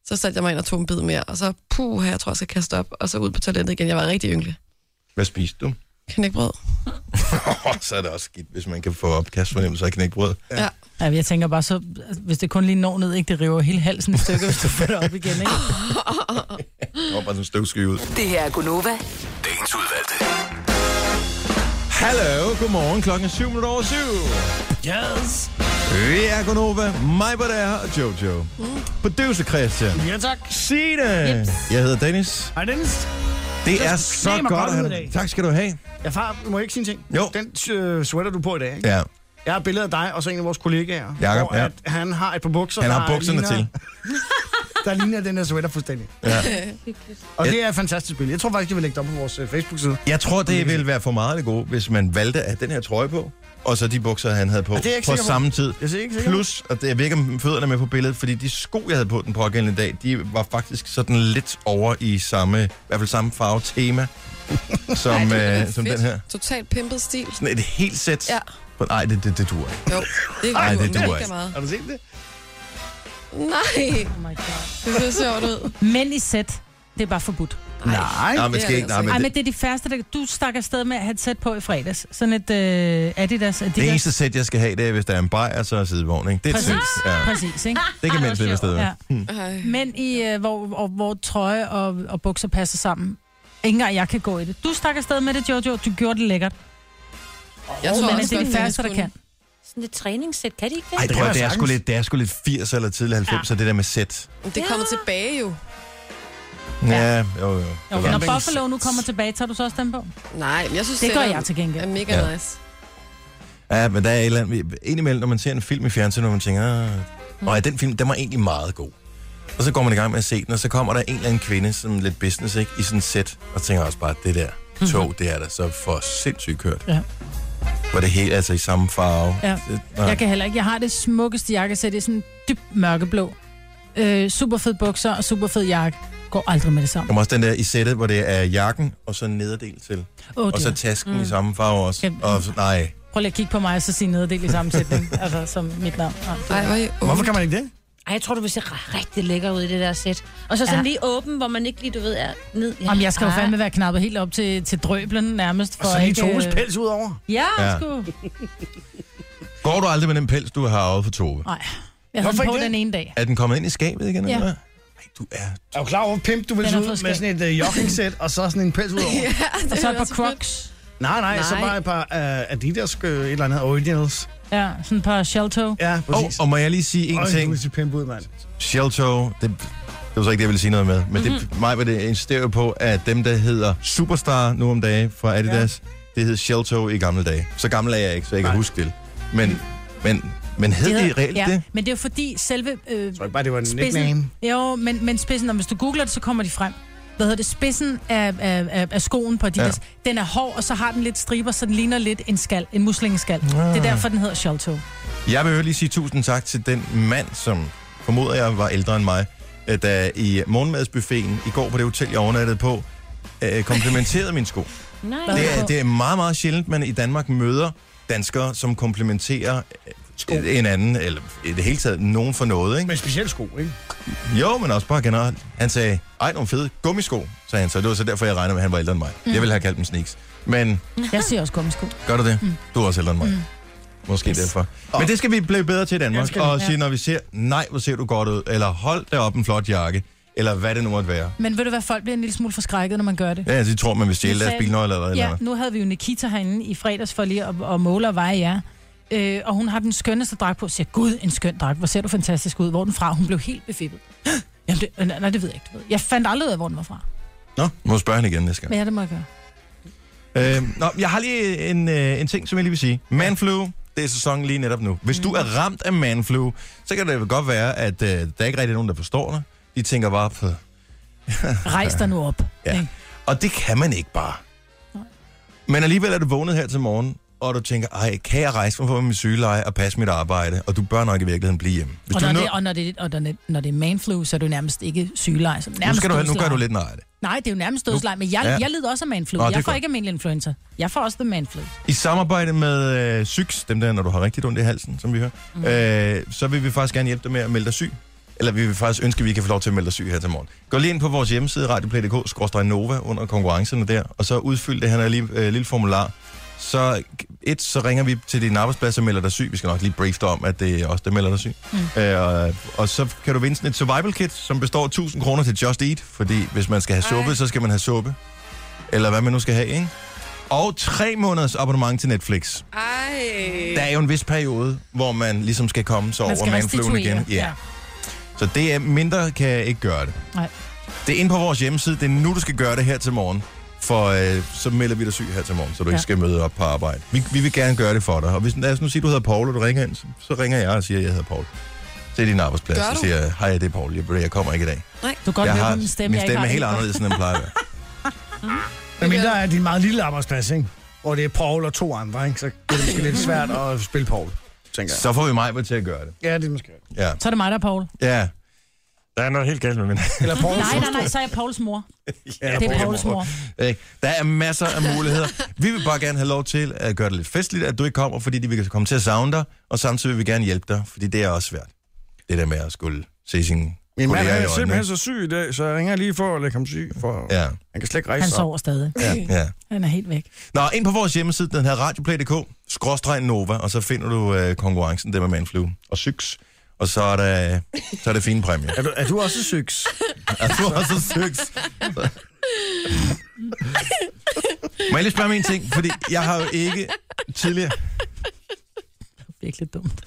[SPEAKER 5] Så satte jeg mig ind og tog en bid mere, og så puh, jeg tror, jeg skal kaste op, og så ud på toilettet igen. Jeg var rigtig ynglig.
[SPEAKER 1] Hvad spiste du?
[SPEAKER 5] Knækbrød.
[SPEAKER 1] Åh, så er det også skidt, hvis man kan få opkastfornemmelse af knækbrød.
[SPEAKER 5] Ja. ja.
[SPEAKER 3] Ja, jeg tænker bare så, hvis det kun lige når ned, ikke? Det river hele halsen i stykker, hvis du får det op igen, ikke?
[SPEAKER 1] Det kommer bare sådan en støvsky ud.
[SPEAKER 7] Det her er Gunova.
[SPEAKER 8] Dagens udvalgte.
[SPEAKER 1] Hallo, godmorgen. Klokken er syv minutter over syv.
[SPEAKER 2] Yes.
[SPEAKER 1] Vi er Gunova, mig på der og Jojo. Producer Christian.
[SPEAKER 10] Ja, tak.
[SPEAKER 1] Signe. Jeg hedder Dennis.
[SPEAKER 10] Hej, Dennis.
[SPEAKER 1] Det er
[SPEAKER 10] skal
[SPEAKER 1] så
[SPEAKER 10] knæ mig
[SPEAKER 1] godt
[SPEAKER 10] godt
[SPEAKER 1] at have
[SPEAKER 10] ud i
[SPEAKER 1] dig.
[SPEAKER 10] dag.
[SPEAKER 1] Tak skal du have.
[SPEAKER 2] Jeg far, du må ikke sige en ting.
[SPEAKER 1] Jo.
[SPEAKER 2] Den øh, sweater, du er på i dag, ikke?
[SPEAKER 1] Ja,
[SPEAKER 2] Jeg har et billede af dig og så en af vores kollegaer.
[SPEAKER 1] Jakob,
[SPEAKER 2] hvor
[SPEAKER 1] ja.
[SPEAKER 2] at han har et par bukser,
[SPEAKER 1] han har
[SPEAKER 2] der
[SPEAKER 1] bukserne
[SPEAKER 2] ligner,
[SPEAKER 1] til.
[SPEAKER 2] Der ligner den der sweater fuldstændig.
[SPEAKER 1] Ja.
[SPEAKER 2] Og det er et fantastisk billede. Jeg tror faktisk, jeg vil lægge det op på vores øh, Facebook-side.
[SPEAKER 1] Jeg tror, det ville være for meget af det gode, hvis man valgte at have den her trøje på, og så de bukser, han havde på
[SPEAKER 2] det er jeg ikke
[SPEAKER 1] på
[SPEAKER 2] sikker på.
[SPEAKER 1] samme tid.
[SPEAKER 2] Jeg er ikke sikker.
[SPEAKER 1] Plus, og det, jeg ved ikke, om fødderne er med på billedet, fordi de sko, jeg havde på den pågældende dag, de var faktisk sådan lidt over i samme, i hvert fald samme farve tema, som, Ej, øh, som den her.
[SPEAKER 5] Totalt pimpet stil.
[SPEAKER 1] Sådan et helt sæt.
[SPEAKER 5] Ja.
[SPEAKER 1] Nej, det, det, det dur ikke.
[SPEAKER 5] Jo, det er
[SPEAKER 1] Ej, det
[SPEAKER 5] mega
[SPEAKER 1] duer ikke.
[SPEAKER 5] meget.
[SPEAKER 2] Har du set det?
[SPEAKER 5] Nej,
[SPEAKER 3] Oh my God.
[SPEAKER 5] det ser sjovt ud.
[SPEAKER 3] Mænd i sæt, det er bare forbudt.
[SPEAKER 2] Nej.
[SPEAKER 1] Nej, men
[SPEAKER 5] det
[SPEAKER 1] skal
[SPEAKER 5] er
[SPEAKER 1] ikke.
[SPEAKER 5] det
[SPEAKER 1] Nej,
[SPEAKER 5] altså
[SPEAKER 1] men
[SPEAKER 3] Ej,
[SPEAKER 1] det,
[SPEAKER 3] men det er de færreste, der... Du stak afsted med at have et sæt på i fredags. Sådan et øh, Adidas,
[SPEAKER 1] det
[SPEAKER 3] Adidas.
[SPEAKER 1] eneste sæt, jeg skal have, det er, hvis der er en bajer, så er sidevogn, ikke? Det er et sæt.
[SPEAKER 3] Præcis.
[SPEAKER 1] Ja.
[SPEAKER 3] Præcis, ikke?
[SPEAKER 1] Det kan mænd slippe afsted. med. Hmm.
[SPEAKER 3] Ja.
[SPEAKER 5] Ej.
[SPEAKER 3] Mænd, i, øh, hvor, og, hvor trøje og, og bukser passer sammen. Ikke engang jeg kan gå i det. Du stak afsted med det, Jojo. Du gjorde det lækkert.
[SPEAKER 5] Jeg
[SPEAKER 3] Oh,
[SPEAKER 5] tror
[SPEAKER 3] men
[SPEAKER 5] også,
[SPEAKER 3] det er
[SPEAKER 5] godt,
[SPEAKER 3] de
[SPEAKER 5] Dennis
[SPEAKER 3] færreste, der
[SPEAKER 5] kunne.
[SPEAKER 3] kan.
[SPEAKER 4] Sådan et træningssæt, kan de ikke det?
[SPEAKER 1] Ej,
[SPEAKER 2] kan
[SPEAKER 1] prøv,
[SPEAKER 2] jeg
[SPEAKER 1] det er, sgu
[SPEAKER 2] sagtens.
[SPEAKER 1] lidt, det er sgu lidt 80 eller tidlig 90, ja. det der med sæt.
[SPEAKER 5] Men Det kommer tilbage jo.
[SPEAKER 1] Ja, jo, jo. Det
[SPEAKER 3] Jo,
[SPEAKER 1] var-
[SPEAKER 3] når Buffalo nu kommer tilbage, tager du så også den på?
[SPEAKER 5] Nej, men jeg synes,
[SPEAKER 3] Det gør
[SPEAKER 5] er-
[SPEAKER 3] jeg til gengæld.
[SPEAKER 5] er mega
[SPEAKER 1] Ja.
[SPEAKER 5] ja. nice.
[SPEAKER 1] Ja, men der er et eller andet... Indimellem, når man ser en film i fjernsynet, hvor man tænker... "Ah, Og ja, den film, den var egentlig meget god. Og så går man i gang med at se den, og så kommer der en eller anden kvinde, som lidt business, ikke? I sådan et sæt, og tænker også bare, det der, tog, det er da så for sindssygt kørt.
[SPEAKER 3] Mhm. Ja.
[SPEAKER 1] Hvor det hele altså i samme farve.
[SPEAKER 3] Ja.
[SPEAKER 1] Det, nej.
[SPEAKER 3] Jeg kan heller ikke. Jeg har det smukkeste jakkesæt. Det er sådan dybt mørkeblå. Øh, super fed bukser og super fed jakke. Går aldrig med det samme.
[SPEAKER 1] Kommer også den der i sættet, hvor det er jakken, og så en nederdel til.
[SPEAKER 3] Åh,
[SPEAKER 1] og så
[SPEAKER 3] dear.
[SPEAKER 1] tasken mm. i
[SPEAKER 3] Mm.
[SPEAKER 1] samme farve også.
[SPEAKER 3] Kan-
[SPEAKER 1] Og, så- nej.
[SPEAKER 3] Prøv lige at kigge på mig og så sige nederdel i sammensætning. altså, som mit navn.
[SPEAKER 5] Ej, hvor er I
[SPEAKER 2] Hvorfor kan man ikke det?
[SPEAKER 4] Ej, jeg tror, du vil se r- rigtig lækker ud i det der sæt. Og så sådan
[SPEAKER 3] Ja.
[SPEAKER 4] ja. lige åben, hvor man ikke lige, du ved, er ned. Ah.
[SPEAKER 3] Jamen, jeg skal jo
[SPEAKER 4] Ej.
[SPEAKER 3] fandme være knappet helt op til, til drøblen nærmest. For
[SPEAKER 2] Og så lige
[SPEAKER 3] ikke, øh,
[SPEAKER 2] Toves pels ud over.
[SPEAKER 3] Ja,
[SPEAKER 1] Ja.
[SPEAKER 3] ja. sgu.
[SPEAKER 1] Går du aldrig med den pels, du har arvet for Tove?
[SPEAKER 3] Nej. Jeg havde
[SPEAKER 2] Hvorfor
[SPEAKER 3] den på
[SPEAKER 2] ikke det?
[SPEAKER 3] den ene dag.
[SPEAKER 1] Er den kommet ind i skabet igen?
[SPEAKER 3] Ja.
[SPEAKER 1] Eller? hvad? Ej, du er...
[SPEAKER 2] Er du klar over, hvor pimp du vil
[SPEAKER 3] Den
[SPEAKER 2] se
[SPEAKER 3] er
[SPEAKER 2] ud
[SPEAKER 3] fået
[SPEAKER 2] med
[SPEAKER 3] skæg.
[SPEAKER 2] sådan et uh, jogging-sæt, og så sådan en pels ud over?
[SPEAKER 5] Ja, det
[SPEAKER 3] Og så et
[SPEAKER 5] er
[SPEAKER 3] par
[SPEAKER 5] også fedt.
[SPEAKER 3] crocs.
[SPEAKER 2] Nej, nej, nej, så
[SPEAKER 5] Nej.
[SPEAKER 2] bare et par uh, Adidas, uh, et eller andet Originals.
[SPEAKER 3] Ja, sådan et par shelto.
[SPEAKER 2] Ja, præcis.
[SPEAKER 1] Oh, og må jeg lige sige en
[SPEAKER 2] Øj,
[SPEAKER 1] ting?
[SPEAKER 2] du vil se pimp ud, mand.
[SPEAKER 1] Shelto, det, det var så ikke det, jeg ville sige noget med, men det, mm-hmm. mig var det insisterer på, at dem, der hedder Superstar nu om dage fra Adidas, ja. det hed Shelto i gamle dage. Så gammel er jeg ikke, så jeg kan
[SPEAKER 2] Nej.
[SPEAKER 1] huske det. Men, men, men hed det reelt
[SPEAKER 3] ja,
[SPEAKER 1] det?
[SPEAKER 3] men det er jo fordi selve... Øh,
[SPEAKER 2] Jeg tror ikke bare, det var en
[SPEAKER 3] Spidsen.
[SPEAKER 2] nickname.
[SPEAKER 3] Jo, men, men spidsen, og hvis du googler det, så kommer de frem. Hvad hedder det? Spidsen af, af, af, af skoen på Adidas, ja. den er hård, og så har den lidt striber, så den ligner lidt en skal, en muslingeskal. Ja. Det er derfor, den hedder Sholto.
[SPEAKER 1] Ah. Jeg vil øvrigt lige sige tusind tak til den mand, som formoder jeg var ældre end mig, øh, der i morgenmadsbuffeten i går på det hotel, jeg overnattede på, øh, komplimenterede min sko.
[SPEAKER 4] Nej.
[SPEAKER 3] Hvad?
[SPEAKER 1] Det er, det er meget, meget sjældent, man i Danmark møder danskere, som komplimenterer øh, en anden, eller i det hele taget nogen for noget, ikke?
[SPEAKER 2] Men specielt sko, ikke?
[SPEAKER 1] Jo, men også bare generelt. Han sagde, ej, nogle fede gummisko, sagde han så. Det var så derfor, jeg regnede med, at han var ældre end mig. Mm. Jeg ville have kaldt dem sneaks. Men
[SPEAKER 3] Jeg siger også gummisko.
[SPEAKER 1] gør du det? Mm. Du er også ældre end mig. Mm. Måske yes. derfor. Men det skal vi blive bedre til i Danmark. Og sige, når vi ser, nej, hvor ser du godt ud. Eller hold da op en flot jakke. Eller hvad det nu måtte være.
[SPEAKER 3] Men ved du hvad, folk bliver en lille smule forskrækket, når man gør det.
[SPEAKER 1] Ja, altså, de tror, man vil stjæle
[SPEAKER 3] Nu
[SPEAKER 1] deres
[SPEAKER 3] sagde-
[SPEAKER 1] bilnøgler eller,
[SPEAKER 3] Ja,
[SPEAKER 1] eller
[SPEAKER 3] nu havde vi jo Nikita herinde i fredags for lige at, at måle og veje jer. Øh, og hun har den skønneste dragt på. Siger, gud, en skøn dragt. Hvor ser du fantastisk ud. Hvor er den fra? Hun blev helt befippet. Jamen, det, nej, nej, det ved jeg ikke. Du ved. Jeg fandt aldrig ud af, hvor den var fra.
[SPEAKER 1] Nå, må jeg spørge hende igen næste gang.
[SPEAKER 3] Men ja, det må jeg gøre.
[SPEAKER 1] Øh, nå, jeg har lige en, øh, en ting, som jeg lige vil sige. Manflu, det er sæsonen lige netop nu. Hvis mm. du er ramt af manflu, så kan det vel godt være, at øh, der ikke rigtig er nogen, der forstår dig. De tænker bare på...
[SPEAKER 3] Rejs dig nu op.
[SPEAKER 1] Ja.
[SPEAKER 3] Ikke?
[SPEAKER 1] Og det kan man ikke bare. Men alligevel er du vågnet her til morgen, og du tænker, ej, kan jeg rejse mig fra min sygeleje og passe mit arbejde? Og du bør nok i virkeligheden blive hjemme. Hvis
[SPEAKER 3] Og,
[SPEAKER 1] du
[SPEAKER 3] når,
[SPEAKER 1] nu,
[SPEAKER 3] det, og, når, det, og når, når det er manflu, så er du nærmest ikke sygelej. Så er det
[SPEAKER 1] nu,
[SPEAKER 3] nærmest
[SPEAKER 1] skal du, nu gør
[SPEAKER 3] dødsleje.
[SPEAKER 1] du lidt nej af det.
[SPEAKER 3] Nej, det er jo nærmest dødsleje, men jeg,
[SPEAKER 1] Ja.
[SPEAKER 3] ja. jeg lider også af manflu.
[SPEAKER 1] Nå,
[SPEAKER 3] Nå,
[SPEAKER 1] det er
[SPEAKER 3] jeg får
[SPEAKER 1] godt.
[SPEAKER 3] ikke almindelig influenza. Jeg får også the manflu.
[SPEAKER 1] I samarbejde med øh, Syks, dem der, når du har rigtig ondt i halsen, som vi hører, øh, så vil vi faktisk gerne hjælpe dig med at melde dig syg. Eller vi vil faktisk ønske, at vi kan få lov til at melde dig syg her til morgen. Gå lige ind på vores hjemmeside, radioplay.dk-nova, under konkurrencerne der, og så udfyld det her lille, øh, lille formular. Så et, så ringer vi til din arbejdsplads og melder dig syg. Vi skal nok lige briefe dig om, at det er os, der melder dig syg. Mm. Øh, og, og så kan du vinde sådan et survival kit, som består af 1000 kroner til Just Eat, fordi hvis man skal have suppe, så skal man have suppe. Eller hvad man nu skal have, ikke? Og tre måneders abonnement til Netflix.
[SPEAKER 5] Ej.
[SPEAKER 1] Der er jo en vis periode, hvor man ligesom skal komme så
[SPEAKER 3] Man
[SPEAKER 1] over
[SPEAKER 3] skal
[SPEAKER 1] manfluen
[SPEAKER 3] restituere.
[SPEAKER 1] igen. Ja. Så det er mindre kan jeg ikke gøre det.
[SPEAKER 3] Nej.
[SPEAKER 1] Det er inde på vores hjemmeside. Det er nu, du skal gøre det her til morgen. For øh, så melder vi dig syg her til morgen, så du ja.
[SPEAKER 3] Ja.
[SPEAKER 1] ikke skal møde op på arbejde. Vi, vi vil gerne gøre det for dig. Og hvis lad os nu sige, du hedder Paul, og du ringer ind, så, så ringer jeg og siger, at jeg hedder Paul. Til din arbejdsplads
[SPEAKER 5] Gør
[SPEAKER 1] og
[SPEAKER 5] du?
[SPEAKER 1] siger, jeg, hej, det er Paul. Jeg, jeg kommer ikke i dag.
[SPEAKER 3] Du kan godt
[SPEAKER 1] jeg
[SPEAKER 3] høre på min stemme.
[SPEAKER 1] min
[SPEAKER 3] jeg ikke
[SPEAKER 1] stemme er
[SPEAKER 3] har
[SPEAKER 1] helt
[SPEAKER 3] det.
[SPEAKER 1] anderledes, end den plejer at være.
[SPEAKER 2] Men mindre er din meget lille arbejdsplads, ikke? Hvor det er Paul og to andre, ikke? Så det er måske lidt svært at spille Paul, tænker jeg.
[SPEAKER 1] Så får vi mig til at gøre det.
[SPEAKER 2] Ja, det er måske rigtigt.
[SPEAKER 1] Ja.
[SPEAKER 3] Så er det mig, der er Paul.
[SPEAKER 1] ja. Der er noget helt galt med min.
[SPEAKER 2] Eller Paul.
[SPEAKER 3] Nej, nej, nej, så er jeg Pauls mor.
[SPEAKER 2] Ja,
[SPEAKER 3] Det er Pauls mor.
[SPEAKER 1] Ikke? Der er masser af muligheder. Vi vil bare gerne have lov til at gøre det lidt festligt, at du ikke kommer, fordi de vil komme til at savne dig, og samtidig vil vi gerne hjælpe dig, fordi det er også svært. Det der med at skulle se sin
[SPEAKER 2] Min mand
[SPEAKER 1] kolleger i
[SPEAKER 2] er
[SPEAKER 1] øjnene.
[SPEAKER 2] simpelthen så syg i dag, så jeg ringer lige for at lægge ham syg, for
[SPEAKER 1] Ja,
[SPEAKER 2] han kan slet ikke rejse
[SPEAKER 3] Han
[SPEAKER 2] sig. op.
[SPEAKER 3] sover stadig.
[SPEAKER 1] ja, ja.
[SPEAKER 3] Han er helt væk.
[SPEAKER 1] Nå, ind på vores hjemmeside, den her radioplay.dk, skråstreg Nova, og så finder du øh, konkurrencen, der med Manflu og Syks. Og så er der, så er det fine præmier.
[SPEAKER 2] Er du, er du også sygs?
[SPEAKER 1] Er du også Syks? Må jeg lige spørge mig en ting, fordi jeg har jo ikke tidligere...
[SPEAKER 3] Virkelig dumt.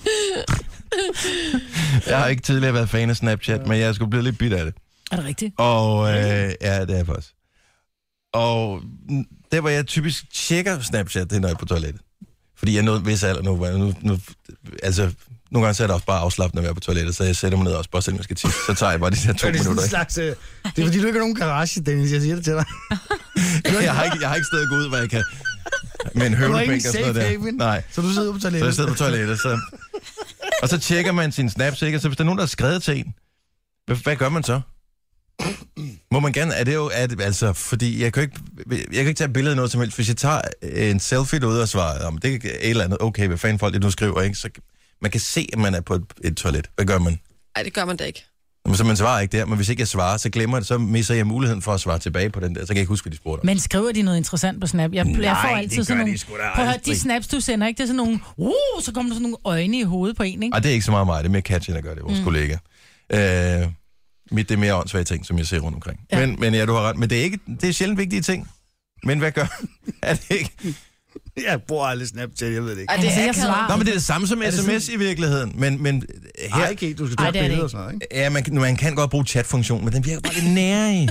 [SPEAKER 1] Jeg har ikke tidligere været fan af Snapchat, men jeg er sgu blevet lidt bit af det.
[SPEAKER 3] Er det rigtigt?
[SPEAKER 1] Og øh, ja, det er jeg faktisk. Og mm, der, hvor jeg typisk tjekker Snapchat, det er, når jeg er på toilettet. Fordi jeg er nået en vis alder nu, hvor jeg nu, nu altså, nogle gange så er det også bare afslappende at være på toilettet, så jeg sætter mig ned også, bare selvom jeg skal tisse, så tager jeg bare de der to
[SPEAKER 2] Det er sådan
[SPEAKER 1] minutter.
[SPEAKER 2] en
[SPEAKER 1] ikke?
[SPEAKER 2] slags... øh, Det er fordi, du ikke har nogen garage, Dennis. Jeg siger det til dig.
[SPEAKER 1] jeg, har ikke, jeg har ikke sted at gå ud, hvor jeg kan... Med en
[SPEAKER 2] Du har
[SPEAKER 1] høvlebænk
[SPEAKER 2] ikke en
[SPEAKER 1] og sådan noget
[SPEAKER 2] safe
[SPEAKER 1] der.
[SPEAKER 2] haven.
[SPEAKER 1] Nej.
[SPEAKER 2] Så du sidder på
[SPEAKER 1] Så jeg
[SPEAKER 2] toilettet.
[SPEAKER 1] sidder på toilettet, så... Og så tjekker man sin snaps, ikke? Og så hvis der er nogen, der har skrevet til en, hvad, hvad gør man så? Må man gerne... Er det jo... Er det, altså, fordi jeg kan, jo ikke, jeg kan ikke tage billeder af noget som helst. Hvis jeg tager øh, en selfie derude og svarer, om det er et eller andet, okay, hvad fanden folk det nu skriver, ikke? Så man kan se, at man er på et, et toilet. Hvad gør man?
[SPEAKER 5] Nej, det gør man da ikke.
[SPEAKER 1] Jamen, Så man svarer ikke der, men hvis ikke jeg svarer, så glemmer jeg det, så misser jeg muligheden for at svare tilbage på den der. Så kan jeg ikke huske, hvad de spurgte om.
[SPEAKER 3] Men skriver de noget interessant på Snap? Jeg, jeg får
[SPEAKER 1] Nej, det
[SPEAKER 3] altid
[SPEAKER 1] gør
[SPEAKER 3] sådan
[SPEAKER 1] de
[SPEAKER 3] nogle...
[SPEAKER 1] sgu da
[SPEAKER 3] Prøv at høre, de
[SPEAKER 1] aldrig.
[SPEAKER 3] snaps, du sender, ikke? Det er sådan nogle... Uh, så kommer der sådan nogle øjne i hovedet på en, ikke?
[SPEAKER 1] Og det er ikke så meget mig, det er mere Katja, der gør det, vores mm. kollega. Øh, mit, det er mere åndssvage ting, som jeg ser rundt omkring. Ja. Men, men ja, du har ret. Men det er, ikke, det er sjældent vigtige ting. Men hvad gør... er det ikke?
[SPEAKER 2] Jeg bruger aldrig Snapchat, jeg ved det ikke.
[SPEAKER 5] Ej, det
[SPEAKER 3] Altså,
[SPEAKER 5] er
[SPEAKER 3] jeg
[SPEAKER 5] akavet.
[SPEAKER 3] svarer.
[SPEAKER 1] Nå, men det er det samme som
[SPEAKER 2] det
[SPEAKER 1] sms i virkeligheden. Men, men her...
[SPEAKER 2] Ej, ikke helt. Du skal
[SPEAKER 3] Ej,
[SPEAKER 2] tage
[SPEAKER 3] det er det
[SPEAKER 2] billeder og
[SPEAKER 3] ikke.
[SPEAKER 2] sådan noget, ikke?
[SPEAKER 1] Ja, man, man kan godt bruge chatfunktionen, men den virker bare lidt nære i.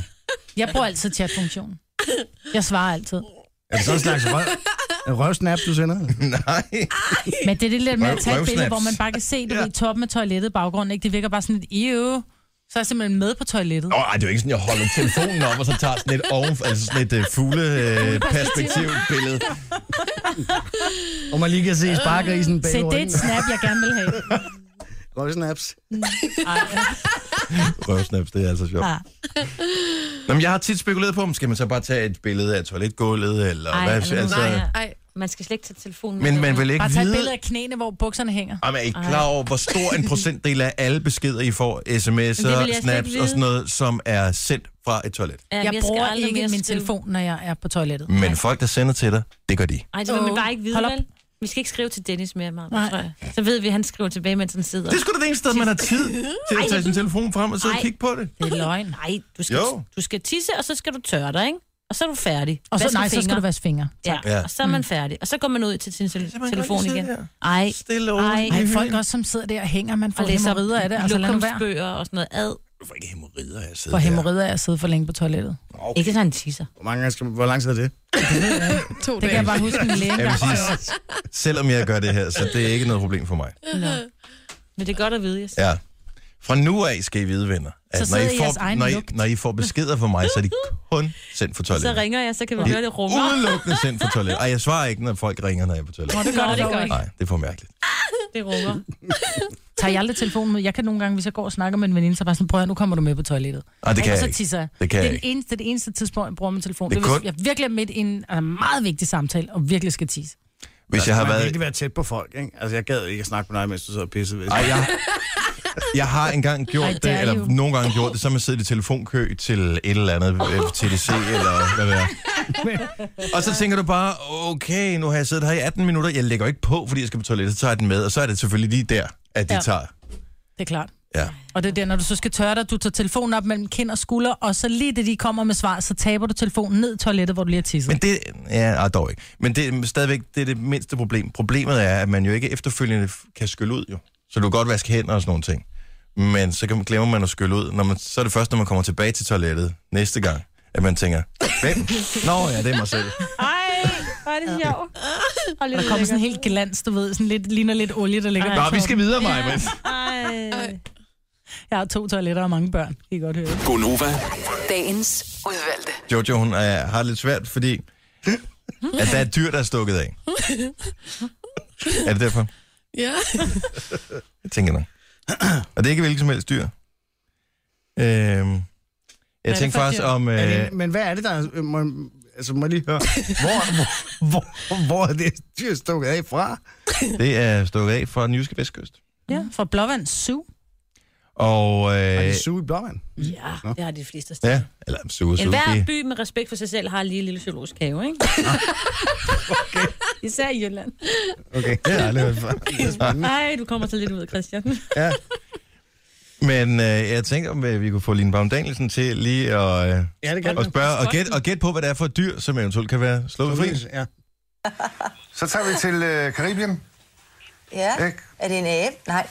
[SPEAKER 3] Jeg bruger altid chatfunktionen. Jeg svarer altid.
[SPEAKER 2] Er det sådan en slags røv, en røvsnap, du sender?
[SPEAKER 1] Nej.
[SPEAKER 3] Men det er det lidt med at tage et
[SPEAKER 1] Røvsnaps.
[SPEAKER 3] billede, hvor man bare kan se, du ja. ved, toppen af toilettet, baggrunden, ikke? Det virker bare sådan lidt, "Ew." så er jeg simpelthen med på toilettet.
[SPEAKER 1] Nå, ej, det er jo ikke sådan, jeg holder telefonen op, og så tager sådan et, oven, altså sådan et uh, fugleperspektivbillede.
[SPEAKER 2] Og man lige kan se sparkrisen bag
[SPEAKER 3] Se, det er et snap, jeg gerne vil have.
[SPEAKER 2] Røvsnaps.
[SPEAKER 1] Røvsnaps, det er altså sjovt.
[SPEAKER 3] Ja.
[SPEAKER 1] Nå, men jeg har tit spekuleret på, om skal man så bare tage et billede af toiletgulvet, eller
[SPEAKER 4] Ej,
[SPEAKER 1] hvad?
[SPEAKER 4] eller
[SPEAKER 1] altså,
[SPEAKER 4] nej, ja.
[SPEAKER 5] Ej,
[SPEAKER 4] Man skal slet ikke tage telefonen
[SPEAKER 1] Men man
[SPEAKER 4] derud.
[SPEAKER 1] vil ikke
[SPEAKER 3] Bare tage et
[SPEAKER 1] vide...
[SPEAKER 3] billede af knæene, hvor bukserne hænger.
[SPEAKER 1] Ej, man er ikke klar over, hvor stor en procentdel af alle beskeder, I får,
[SPEAKER 4] slet
[SPEAKER 1] sms'er,
[SPEAKER 4] ikke
[SPEAKER 1] snaps
[SPEAKER 4] vide.
[SPEAKER 1] og sådan noget, som er sendt fra et toilet.
[SPEAKER 4] Ja,
[SPEAKER 3] Jeg
[SPEAKER 4] men skal
[SPEAKER 3] bruger
[SPEAKER 4] aldrig
[SPEAKER 3] ikke
[SPEAKER 4] mere
[SPEAKER 3] min
[SPEAKER 4] skrive.
[SPEAKER 3] telefon, når jeg er på toilettet.
[SPEAKER 1] Men folk, der sender til dig, det gør de.
[SPEAKER 4] Ej, det vil man bare ikke vide,
[SPEAKER 3] Hold op.
[SPEAKER 4] vel? Vi skal ikke skrive til Dennis mere, Mark,
[SPEAKER 3] Nej.
[SPEAKER 4] tror jeg. Så ved vi, at han skriver tilbage, mens han sidder.
[SPEAKER 1] Det er sgu da det eneste sted, man har tid til at tage sin telefon frem og sidde og
[SPEAKER 4] Ej.
[SPEAKER 1] kigge på det.
[SPEAKER 3] Det er løgn.
[SPEAKER 4] Nej, du skal,
[SPEAKER 1] Jo.
[SPEAKER 4] du skal tisse, og så skal du tørre dig, ikke? Og så er du færdig.
[SPEAKER 3] Og så,
[SPEAKER 4] Vaske
[SPEAKER 3] nej, så skal
[SPEAKER 4] fingre.
[SPEAKER 3] du vaske Mm. fingre.
[SPEAKER 4] Ja,
[SPEAKER 1] Ja.
[SPEAKER 4] og så er man færdig. Og så går man ud til sin
[SPEAKER 1] kan man
[SPEAKER 4] tel-
[SPEAKER 1] godt
[SPEAKER 4] telefon
[SPEAKER 1] lige
[SPEAKER 4] igen.
[SPEAKER 1] sidde
[SPEAKER 4] Ej,
[SPEAKER 1] Stille og roligt.
[SPEAKER 3] Ej,
[SPEAKER 4] Ej,
[SPEAKER 3] folk også, som sidder der og hænger, man får
[SPEAKER 4] og læser
[SPEAKER 3] hæmorider af det. Altså, lad nu være.
[SPEAKER 4] lokumsbøger og sådan noget ad.
[SPEAKER 1] Du får ikke hæmorider af at sidde
[SPEAKER 3] For
[SPEAKER 1] der.
[SPEAKER 3] hæmorider er at sidde for længe på toilettet.
[SPEAKER 4] Okay. Ikke så han tisser.
[SPEAKER 2] Hvor, mange gange skal man, hvor lang tid er det?
[SPEAKER 5] to
[SPEAKER 3] Det kan
[SPEAKER 5] dage.
[SPEAKER 3] jeg bare huske min læge.
[SPEAKER 1] Jeg vil
[SPEAKER 3] engang.
[SPEAKER 1] sige, selvom jeg gør det her, så det er ikke noget problem for mig.
[SPEAKER 4] Men det er godt at vide, jeg siger.
[SPEAKER 1] Ja. Fra nu af skal I vide, venner, at
[SPEAKER 3] Så
[SPEAKER 1] når I,
[SPEAKER 3] sidder i jeres
[SPEAKER 1] får,
[SPEAKER 3] egen
[SPEAKER 1] når, I,
[SPEAKER 3] lugt.
[SPEAKER 1] når I får beskeder fra mig, så er de kun sendt for
[SPEAKER 4] Så
[SPEAKER 1] toilettet.
[SPEAKER 4] ringer jeg, så kan vi
[SPEAKER 1] Det
[SPEAKER 4] høre, det runger.
[SPEAKER 1] Udelukkende sendt for toilettet. Ej, jeg svarer ikke, når folk ringer, når jeg er på toilettet.
[SPEAKER 4] det gør, Nå, det gør ikke.
[SPEAKER 1] Nej, det er for mærkeligt.
[SPEAKER 4] Det runger.
[SPEAKER 3] Tager jeg aldrig telefonen med? Jeg kan nogle gange, hvis jeg går og snakker med en veninde, så er jeg bare sådan, prøv at høre, nu kommer du med på toilettet.
[SPEAKER 1] Ej, det kan
[SPEAKER 3] og
[SPEAKER 1] jeg
[SPEAKER 3] så
[SPEAKER 1] ikke.
[SPEAKER 3] tisser jeg.
[SPEAKER 1] Det kan
[SPEAKER 3] det er
[SPEAKER 1] jeg
[SPEAKER 3] den eneste, det eneste tidspunkt, jeg bruger min telefon.
[SPEAKER 1] Det
[SPEAKER 3] Det,
[SPEAKER 1] er
[SPEAKER 3] det kun...
[SPEAKER 1] kun-
[SPEAKER 3] jeg virkelig er midt i en altså, meget vigtig samtale, og virkelig skal tisse.
[SPEAKER 1] Hvis jeg har
[SPEAKER 2] Altså, Man kan
[SPEAKER 1] været...
[SPEAKER 2] virkelig være tæt på folk, ikke? Altså, jeg gad ikke at snakke med dig, mens du sidder og pisser. Hvis
[SPEAKER 1] Ej, jeg, jeg har engang gjort
[SPEAKER 3] Ej,
[SPEAKER 1] Ej,
[SPEAKER 3] det
[SPEAKER 1] det,
[SPEAKER 3] er
[SPEAKER 1] eller
[SPEAKER 3] jo-
[SPEAKER 1] nogle gange gjort det, så har man siddet i telefonkø til et eller andet oh. TDC, eller hvad ved jeg. Og så tænker du bare, okay, nu har jeg siddet her i 18 minutter, jeg lægger ikke på, fordi jeg skal på toilettet, så tager jeg den med, og så er det selvfølgelig lige der, at de
[SPEAKER 3] Ja.
[SPEAKER 1] ja. tager.
[SPEAKER 3] Det er klart.
[SPEAKER 1] Ja.
[SPEAKER 3] Og det er der, når du så skal tørre dig, du tager telefonen op mellem kind og skulder, og så lige det, de kommer med svar, så taber du telefonen ned i toilettet, hvor du lige har tisset.
[SPEAKER 1] Men det, ja, nej, dog ikke. Men det er stadigvæk det, er det mindste problem. Problemet er, at man jo ikke efterfølgende f- kan skylle ud, jo. Så du kan godt vaske hænder og sådan nogle ting. Men så kan, glemmer man at skylle ud. Når man, så er det først, når man kommer tilbage til toilettet næste gang, at man tænker, hvem? Nå ja, det er mig selv.
[SPEAKER 4] Ej, hvor er det sjovt. Og lidt
[SPEAKER 3] Der kommer sådan helt glans, du ved, sådan lidt, ligner lidt olie, der ligger.
[SPEAKER 4] Ej.
[SPEAKER 3] på
[SPEAKER 1] Nå, vi skal
[SPEAKER 3] toppen.
[SPEAKER 1] videre, Maja. Men.
[SPEAKER 4] Ej.
[SPEAKER 3] Jeg har to toiletter og mange børn, I kan godt høre.
[SPEAKER 8] Gonova,
[SPEAKER 7] Dagens udvalgte.
[SPEAKER 1] Jojo, hun er, har det lidt svært, fordi at der er et dyr, der er stukket af. Er det derfor?
[SPEAKER 5] Ja.
[SPEAKER 1] Jeg tænker nok. Og det er ikke hvilket som helst dyr. Øhm, jeg
[SPEAKER 3] det
[SPEAKER 1] tænkte
[SPEAKER 3] for et
[SPEAKER 1] faktisk
[SPEAKER 3] dyr?
[SPEAKER 1] om...
[SPEAKER 2] Er
[SPEAKER 1] Øh,
[SPEAKER 2] det, men hvad er det, der... er- øh, Må, altså, må jeg lige høre. Hvor, hvor, hvor, hvor er det dyr stukket af fra?
[SPEAKER 1] det er stukket af fra den jyske vestkyst.
[SPEAKER 3] Ja, fra Blåvand Zoo.
[SPEAKER 1] Mm. Og...
[SPEAKER 2] Er
[SPEAKER 1] Øh,
[SPEAKER 2] det suge i blåvand?
[SPEAKER 4] Ja, det har de fleste steder.
[SPEAKER 1] ja, eller suge,
[SPEAKER 4] En
[SPEAKER 1] suge.
[SPEAKER 4] hver
[SPEAKER 1] det-
[SPEAKER 4] by med respekt for sig selv har lige en lille zoologisk have, ikke? Især i Jylland.
[SPEAKER 2] Okay, det har jeg aldrig hørt fra. Det er
[SPEAKER 1] Mm.
[SPEAKER 2] spændende.
[SPEAKER 4] Nej, du kommer så lidt ud, Christian.
[SPEAKER 1] Men øh, jeg tænker, om øh, vi kunne få Line Baum Danielsen til lige at, øh,
[SPEAKER 2] Ja, det kan
[SPEAKER 1] at spørge og gætte og gæt på, hvad det er for et dyr, som eventuelt kan være slået fri.
[SPEAKER 2] Ja.
[SPEAKER 11] Så tager vi til øh, Karibien.
[SPEAKER 12] Ja.
[SPEAKER 11] Ikke?
[SPEAKER 12] Er det en æb? Nej.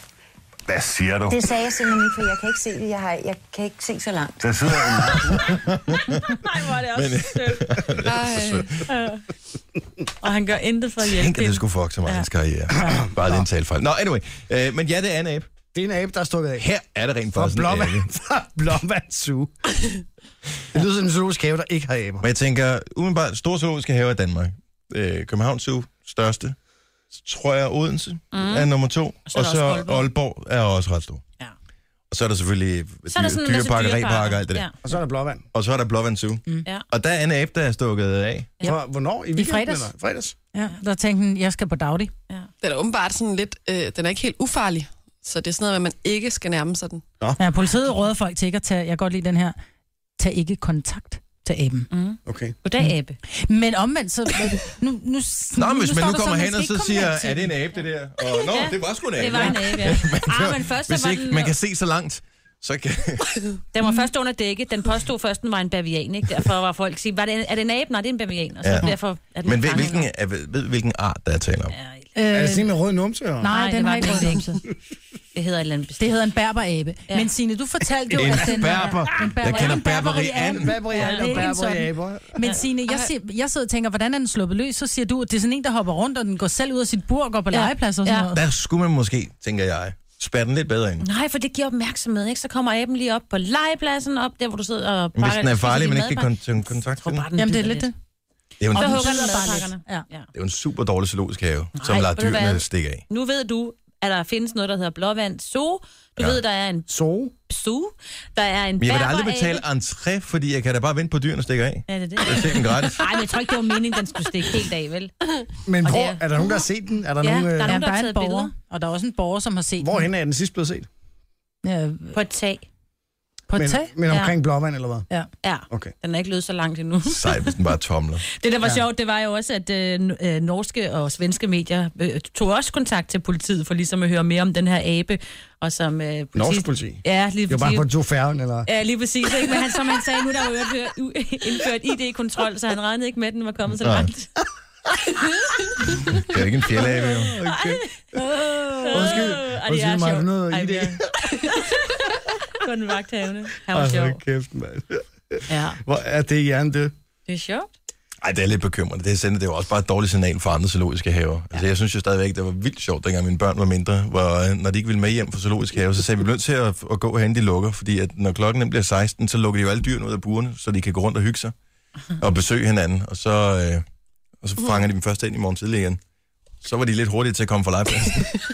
[SPEAKER 8] Hvad siger du?
[SPEAKER 12] Det sagde jeg simpelthen ikke, for jeg kan ikke se det. Jeg, har, jeg kan ikke se så langt.
[SPEAKER 8] Der sidder en
[SPEAKER 4] Nej, hvor er det også sødt.
[SPEAKER 5] Ej.
[SPEAKER 4] Og han gør intet for at hjælpe
[SPEAKER 1] Tænk, at det
[SPEAKER 4] hende.
[SPEAKER 1] skulle fuck så meget ja.
[SPEAKER 4] Ja.
[SPEAKER 1] hans karriere. Bare den talefejl. Nå, anyway. Øh, men ja, det er en abe.
[SPEAKER 2] Det er en abe, der er stukket af.
[SPEAKER 1] Her er det rent
[SPEAKER 2] Fra
[SPEAKER 1] faktisk en
[SPEAKER 2] Blåvand,
[SPEAKER 1] abe.
[SPEAKER 2] fra Blåvand Zoo. Det lyder som en zoologisk have, der ikke har aber.
[SPEAKER 1] Men jeg tænker, umiddelbart, store zoologiske have i Danmark. Øh, København Zoo, største. Så tror jeg, Odense mm. er nummer to. Og
[SPEAKER 4] så
[SPEAKER 1] så,
[SPEAKER 4] er
[SPEAKER 1] og
[SPEAKER 4] der
[SPEAKER 1] så
[SPEAKER 4] også
[SPEAKER 1] Aalborg.
[SPEAKER 4] Aalborg.
[SPEAKER 1] Aalborg er også ret stor. Ja. Og så er der selvfølgelig
[SPEAKER 4] Så er der sådan en
[SPEAKER 1] dyre,
[SPEAKER 4] masse
[SPEAKER 1] dyreparker,
[SPEAKER 4] dyreparker.
[SPEAKER 1] reparker og alt det der.
[SPEAKER 4] Ja.
[SPEAKER 2] Og så er der Blåvand.
[SPEAKER 1] Og så er der Blåvand Zoo. Mm.
[SPEAKER 4] Ja.
[SPEAKER 1] Og der er en abe, der er stukket af.
[SPEAKER 2] Ja. Hvornår? I, weekenden,
[SPEAKER 3] fredags.
[SPEAKER 2] Eller? fredags?
[SPEAKER 3] Ja, der tænkte han, jeg skal på Dagdi. Ja.
[SPEAKER 5] Den er åbenbart sådan lidt, øh, den er ikke helt ufarlig. Så det er sådan noget, at man ikke skal nærme sig den.
[SPEAKER 3] ja politiet råder folk til ikke at tage, jeg kan godt lide den her, tag ikke kontakt til aben. Mm.
[SPEAKER 2] Okay.
[SPEAKER 3] Goddag, abe. Men omvendt, så... Nu, nu, nu,
[SPEAKER 4] Mm,
[SPEAKER 1] Nå, men hvis
[SPEAKER 3] står
[SPEAKER 1] man nu
[SPEAKER 3] der
[SPEAKER 1] kommer
[SPEAKER 3] så,
[SPEAKER 1] hen og
[SPEAKER 3] skal
[SPEAKER 1] så
[SPEAKER 3] ikke komme
[SPEAKER 1] siger,
[SPEAKER 3] hertil.
[SPEAKER 1] er det en abe, det der? Og, nå,
[SPEAKER 3] Ja,
[SPEAKER 1] det var sgu en abe.
[SPEAKER 4] det var en abe, ja. Ah, men først så
[SPEAKER 1] Hvis
[SPEAKER 4] var
[SPEAKER 1] ikke
[SPEAKER 4] den-
[SPEAKER 1] man kan se så langt, så kan...
[SPEAKER 4] Den var først under dække. Den påstod først, den var en bavian, ikke? Derfor var folk sige, var det en, er det en abe? Nej, det er en bavian. Og så
[SPEAKER 1] Ja.
[SPEAKER 4] ja. derfor er den
[SPEAKER 1] Men ved,
[SPEAKER 4] fanget.
[SPEAKER 1] hvilken, er- ved, ved, hvilken art, der er tale om?
[SPEAKER 2] Er det sådan en med rød numse? Eller?
[SPEAKER 3] Øh, Nej, den
[SPEAKER 4] det
[SPEAKER 3] har
[SPEAKER 4] var
[SPEAKER 3] ikke
[SPEAKER 4] den
[SPEAKER 3] rød
[SPEAKER 4] ikke. Det hedder et eller andet
[SPEAKER 3] Det hedder en berberabe. Ja. Men Signe, du fortalte jo,
[SPEAKER 1] En
[SPEAKER 3] at den
[SPEAKER 1] berber.
[SPEAKER 3] er... En
[SPEAKER 1] Jeg kender
[SPEAKER 3] En
[SPEAKER 1] berberian.
[SPEAKER 3] berberian.
[SPEAKER 2] Berberian
[SPEAKER 3] Ja,
[SPEAKER 2] og
[SPEAKER 3] det er en sådan.
[SPEAKER 2] berberiaber.
[SPEAKER 3] Men Signe, jeg, siger, jeg sidder og tænker, hvordan er den sluppet løs? Så siger du, at det er sådan en, der hopper rundt, og den går selv ud af sit bur og går på ja. legeplads og sådan noget.
[SPEAKER 1] Der skulle man måske, tænker jeg, spære den lidt bedre ind.
[SPEAKER 4] Nej, for det giver opmærksomhed, ikke? Så kommer aben lige op på legepladsen, op der, hvor du sidder og
[SPEAKER 1] Men Hvis den er
[SPEAKER 4] spiser
[SPEAKER 1] farlig,
[SPEAKER 4] din
[SPEAKER 1] men ikke kan
[SPEAKER 4] madpakke.
[SPEAKER 1] kon- kon- kontakte den.
[SPEAKER 4] den
[SPEAKER 3] Jamen, det er
[SPEAKER 4] bider
[SPEAKER 3] lidt det.
[SPEAKER 1] Det er jo en,
[SPEAKER 4] Og så
[SPEAKER 1] det
[SPEAKER 4] hugger den
[SPEAKER 3] Sidder bare
[SPEAKER 4] bare lidt.
[SPEAKER 3] lidt. Ja.
[SPEAKER 1] er jo en super dårlig zoologisk have, Nej, som
[SPEAKER 4] Nej,
[SPEAKER 1] lader
[SPEAKER 4] ved du hvad?
[SPEAKER 1] dyrene stikke af.
[SPEAKER 4] Nu ved du, at der findes noget, der hedder blåvand zoo. Du ja. ved, der er en
[SPEAKER 2] zoo.
[SPEAKER 4] zoo. Der er en
[SPEAKER 1] Men jeg vil da
[SPEAKER 4] berberabe.
[SPEAKER 1] aldrig betale entré, fordi jeg kan da bare vente på, at dyrene stikker af.
[SPEAKER 4] Er det det?
[SPEAKER 1] Jeg ser den gratis.
[SPEAKER 4] Nej, men jeg tror ikke, det var meningen, den skulle stikke helt af, vel?
[SPEAKER 2] Men
[SPEAKER 4] Og
[SPEAKER 2] hvor,
[SPEAKER 4] det er-
[SPEAKER 2] er der nogen, der har set den? Er der
[SPEAKER 4] Ja,
[SPEAKER 2] nogen, øh,
[SPEAKER 4] der er nogen,
[SPEAKER 3] Øh, Der
[SPEAKER 4] har
[SPEAKER 3] er en
[SPEAKER 4] taget
[SPEAKER 3] borger,
[SPEAKER 4] billeder.
[SPEAKER 3] og der er også en borger, som har set
[SPEAKER 2] Hvorhen er den sidst blevet set?
[SPEAKER 3] den. Ja,
[SPEAKER 4] På et tag.
[SPEAKER 3] på et
[SPEAKER 2] men,
[SPEAKER 3] tag.
[SPEAKER 2] men
[SPEAKER 4] Ja.
[SPEAKER 2] omkring Blåvand, eller hvad?
[SPEAKER 3] Ja.
[SPEAKER 4] Ja,
[SPEAKER 2] Okay.
[SPEAKER 4] den er ikke løbet så langt endnu.
[SPEAKER 1] Sejt, hvis den bare tomler.
[SPEAKER 4] Det, der var ja. sjovt, det var jo også, at øh, n- øh, norske og svenske medier øh, tog også kontakt til politiet for ligesom at høre mere om den her abe. Og som, øh, politi...
[SPEAKER 2] Norsk politi?
[SPEAKER 4] Ja, lige
[SPEAKER 2] Det var bare
[SPEAKER 4] præcis.
[SPEAKER 2] på to færgen, eller?
[SPEAKER 4] Ja, lige præcis. Ikke? Men han, som han sagde, nu er der jo indført- u- indført ID-kontrol, så han regnede ikke med, at den var kommet så
[SPEAKER 1] Nej.
[SPEAKER 4] langt.
[SPEAKER 1] Det er ikke en fjellabe, jo.
[SPEAKER 2] Okay.
[SPEAKER 4] Undskyld,
[SPEAKER 2] Undskyld mig, har du noget ID?
[SPEAKER 4] Kun vagthavende. Han var
[SPEAKER 2] Ej,
[SPEAKER 4] sjov.
[SPEAKER 2] altså, hold kæft, mand.
[SPEAKER 4] Ja,
[SPEAKER 2] Hvor er det hjernen det?
[SPEAKER 4] det er sjovt.
[SPEAKER 1] Ej, det er lidt bekymrende. Det sender det er jo også bare et dårligt signal for andre zoologiske haver. Altså, jeg synes jo stadigvæk, det var vildt sjovt, dengang mine børn var mindre, hvor øh, når de ikke ville med hjem fra zoologiske have, så sagde vi, vi er nødt til at, at gå hen, de lukker, fordi at når klokken den bliver 16, så lukker de jo alle dyrene ud af burene, så de kan gå rundt og hygge sig og besøge hinanden, og så, øh, og
[SPEAKER 4] Mm.
[SPEAKER 1] så fanger de dem først ind i morgen tidlig igen. Så var de lidt hurtige til at komme fra legepladsen.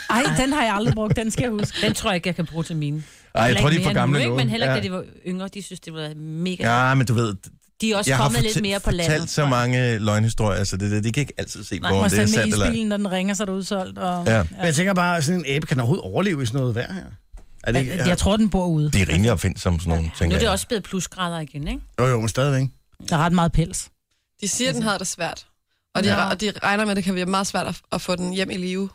[SPEAKER 3] Ej, den har jeg aldrig brugt, den skal jeg huske.
[SPEAKER 4] Den tror jeg ikke, jeg kan bruge til mine.
[SPEAKER 1] Ej, jeg
[SPEAKER 4] Heller
[SPEAKER 1] tror, de
[SPEAKER 4] ikke
[SPEAKER 1] er for
[SPEAKER 4] mere
[SPEAKER 1] gamle
[SPEAKER 4] nu,
[SPEAKER 1] nu.
[SPEAKER 4] ikke? Men heller ikke,
[SPEAKER 1] ja.
[SPEAKER 4] da de var yngre, de synes, det var mega...
[SPEAKER 1] ja, men du ved,
[SPEAKER 4] De er også
[SPEAKER 1] jeg har
[SPEAKER 4] kommet lidt
[SPEAKER 1] fortæ-
[SPEAKER 4] mere på landet.
[SPEAKER 1] fortalt så mange løgnhistorier, så det, det, de kan ikke altid se,
[SPEAKER 3] Man
[SPEAKER 1] hvor
[SPEAKER 3] må
[SPEAKER 1] det er
[SPEAKER 3] sende med
[SPEAKER 1] sandt eller ej.
[SPEAKER 3] isbilen, når den ringer, så er det udsolgt. Og...
[SPEAKER 1] Ja.
[SPEAKER 2] Men jeg tænker bare, sådan en abe kan overhovedet overleve i sådan noget vejr her. Er det ikke?
[SPEAKER 3] Jeg tror, den bor ude.
[SPEAKER 1] De er rimelig opfindsomme, sådan nogle,
[SPEAKER 4] Nu
[SPEAKER 1] tænker
[SPEAKER 4] er det
[SPEAKER 1] jeg.
[SPEAKER 4] også blevet plusgrader igen, ikke?
[SPEAKER 2] Jo, jo, men stadigvæk.
[SPEAKER 3] Der er ret meget pels.
[SPEAKER 5] De siger,
[SPEAKER 3] Altså.
[SPEAKER 5] den havde det svært. Og de,
[SPEAKER 3] Ja.
[SPEAKER 5] ja. og de regner med, at det kan være meget svært at, at få den hjem i live.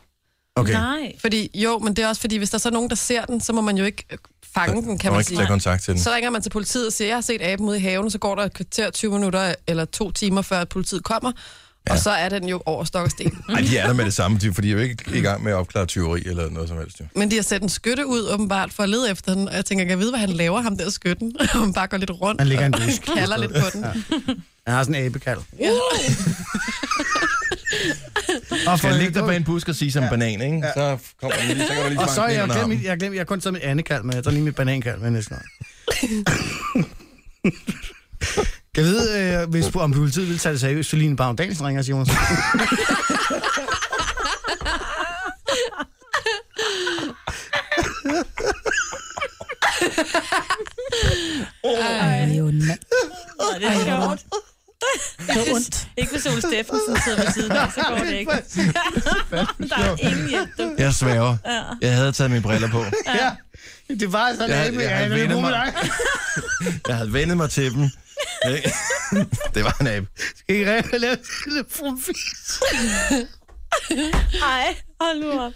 [SPEAKER 2] Okay.
[SPEAKER 4] Nej.
[SPEAKER 5] Fordi jo, men det er også fordi, hvis der er så nogen, der ser den, så må man jo ikke øh, fange den, kan
[SPEAKER 1] må
[SPEAKER 5] man
[SPEAKER 1] ikke tage
[SPEAKER 5] sige.
[SPEAKER 1] kontakt til den.
[SPEAKER 5] Så ringer man til politiet og siger, jeg har set aben ude i haven, så går der et kvarter, 20 minutter eller to timer, før at politiet kommer, ja. og så er den jo over stok og sten.
[SPEAKER 1] Nej, de er der med det samme, de- for de er jo ikke i gang med at opklare tyveri eller noget som helst. Jo.
[SPEAKER 5] Men de har sat en skytte ud åbenbart for at lede efter den, og jeg tænker, kan jeg vide, hvad han laver, ham der skytten? Og han bare går lidt rundt
[SPEAKER 2] Han ligger i en
[SPEAKER 5] og
[SPEAKER 2] busk.
[SPEAKER 5] kalder lidt på den.
[SPEAKER 2] Ja. Han har sådan en abekald.
[SPEAKER 5] Ja.
[SPEAKER 2] Og
[SPEAKER 1] Skal jeg ligge
[SPEAKER 2] der
[SPEAKER 1] der bag en busk og sige som ja. banan, ikke? Ja. Så kommer den lige, så kan du lige
[SPEAKER 2] Og
[SPEAKER 1] fange
[SPEAKER 2] så er
[SPEAKER 1] den
[SPEAKER 2] jeg
[SPEAKER 1] under
[SPEAKER 2] glemt,
[SPEAKER 1] armen.
[SPEAKER 2] mit- jeg har glemt, jeg har kun taget mit andekald med. Jeg tager lige mit banankald med næste gang. kan jeg vide, øh, hvis, om politiet ville tage det seriøst, så lige en Baum Danielsen ringer, siger hun så.
[SPEAKER 3] Ej, jo, mand.
[SPEAKER 4] Nej, det er sjovt.
[SPEAKER 3] Det er ondt.
[SPEAKER 4] Ikke hvis Ole Steffensen sidder ved siden af, så går det ikke. der er ingen hjælp. du.
[SPEAKER 1] Jeg sværger.
[SPEAKER 4] Ja.
[SPEAKER 1] Jeg havde taget mine briller på.
[SPEAKER 2] ja, det var sådan,
[SPEAKER 1] Jeg-
[SPEAKER 2] jeg, jeg,
[SPEAKER 1] jeg
[SPEAKER 2] jeg,
[SPEAKER 1] har
[SPEAKER 2] jeg, jeg,
[SPEAKER 1] vendt
[SPEAKER 2] jeg,
[SPEAKER 1] mig.
[SPEAKER 2] jeg,
[SPEAKER 1] Jeg havde vendet mig til dem. Ikke? det var en abe.
[SPEAKER 2] Skal I ringe og lave en telefonfis?
[SPEAKER 4] Ej, hold nu op.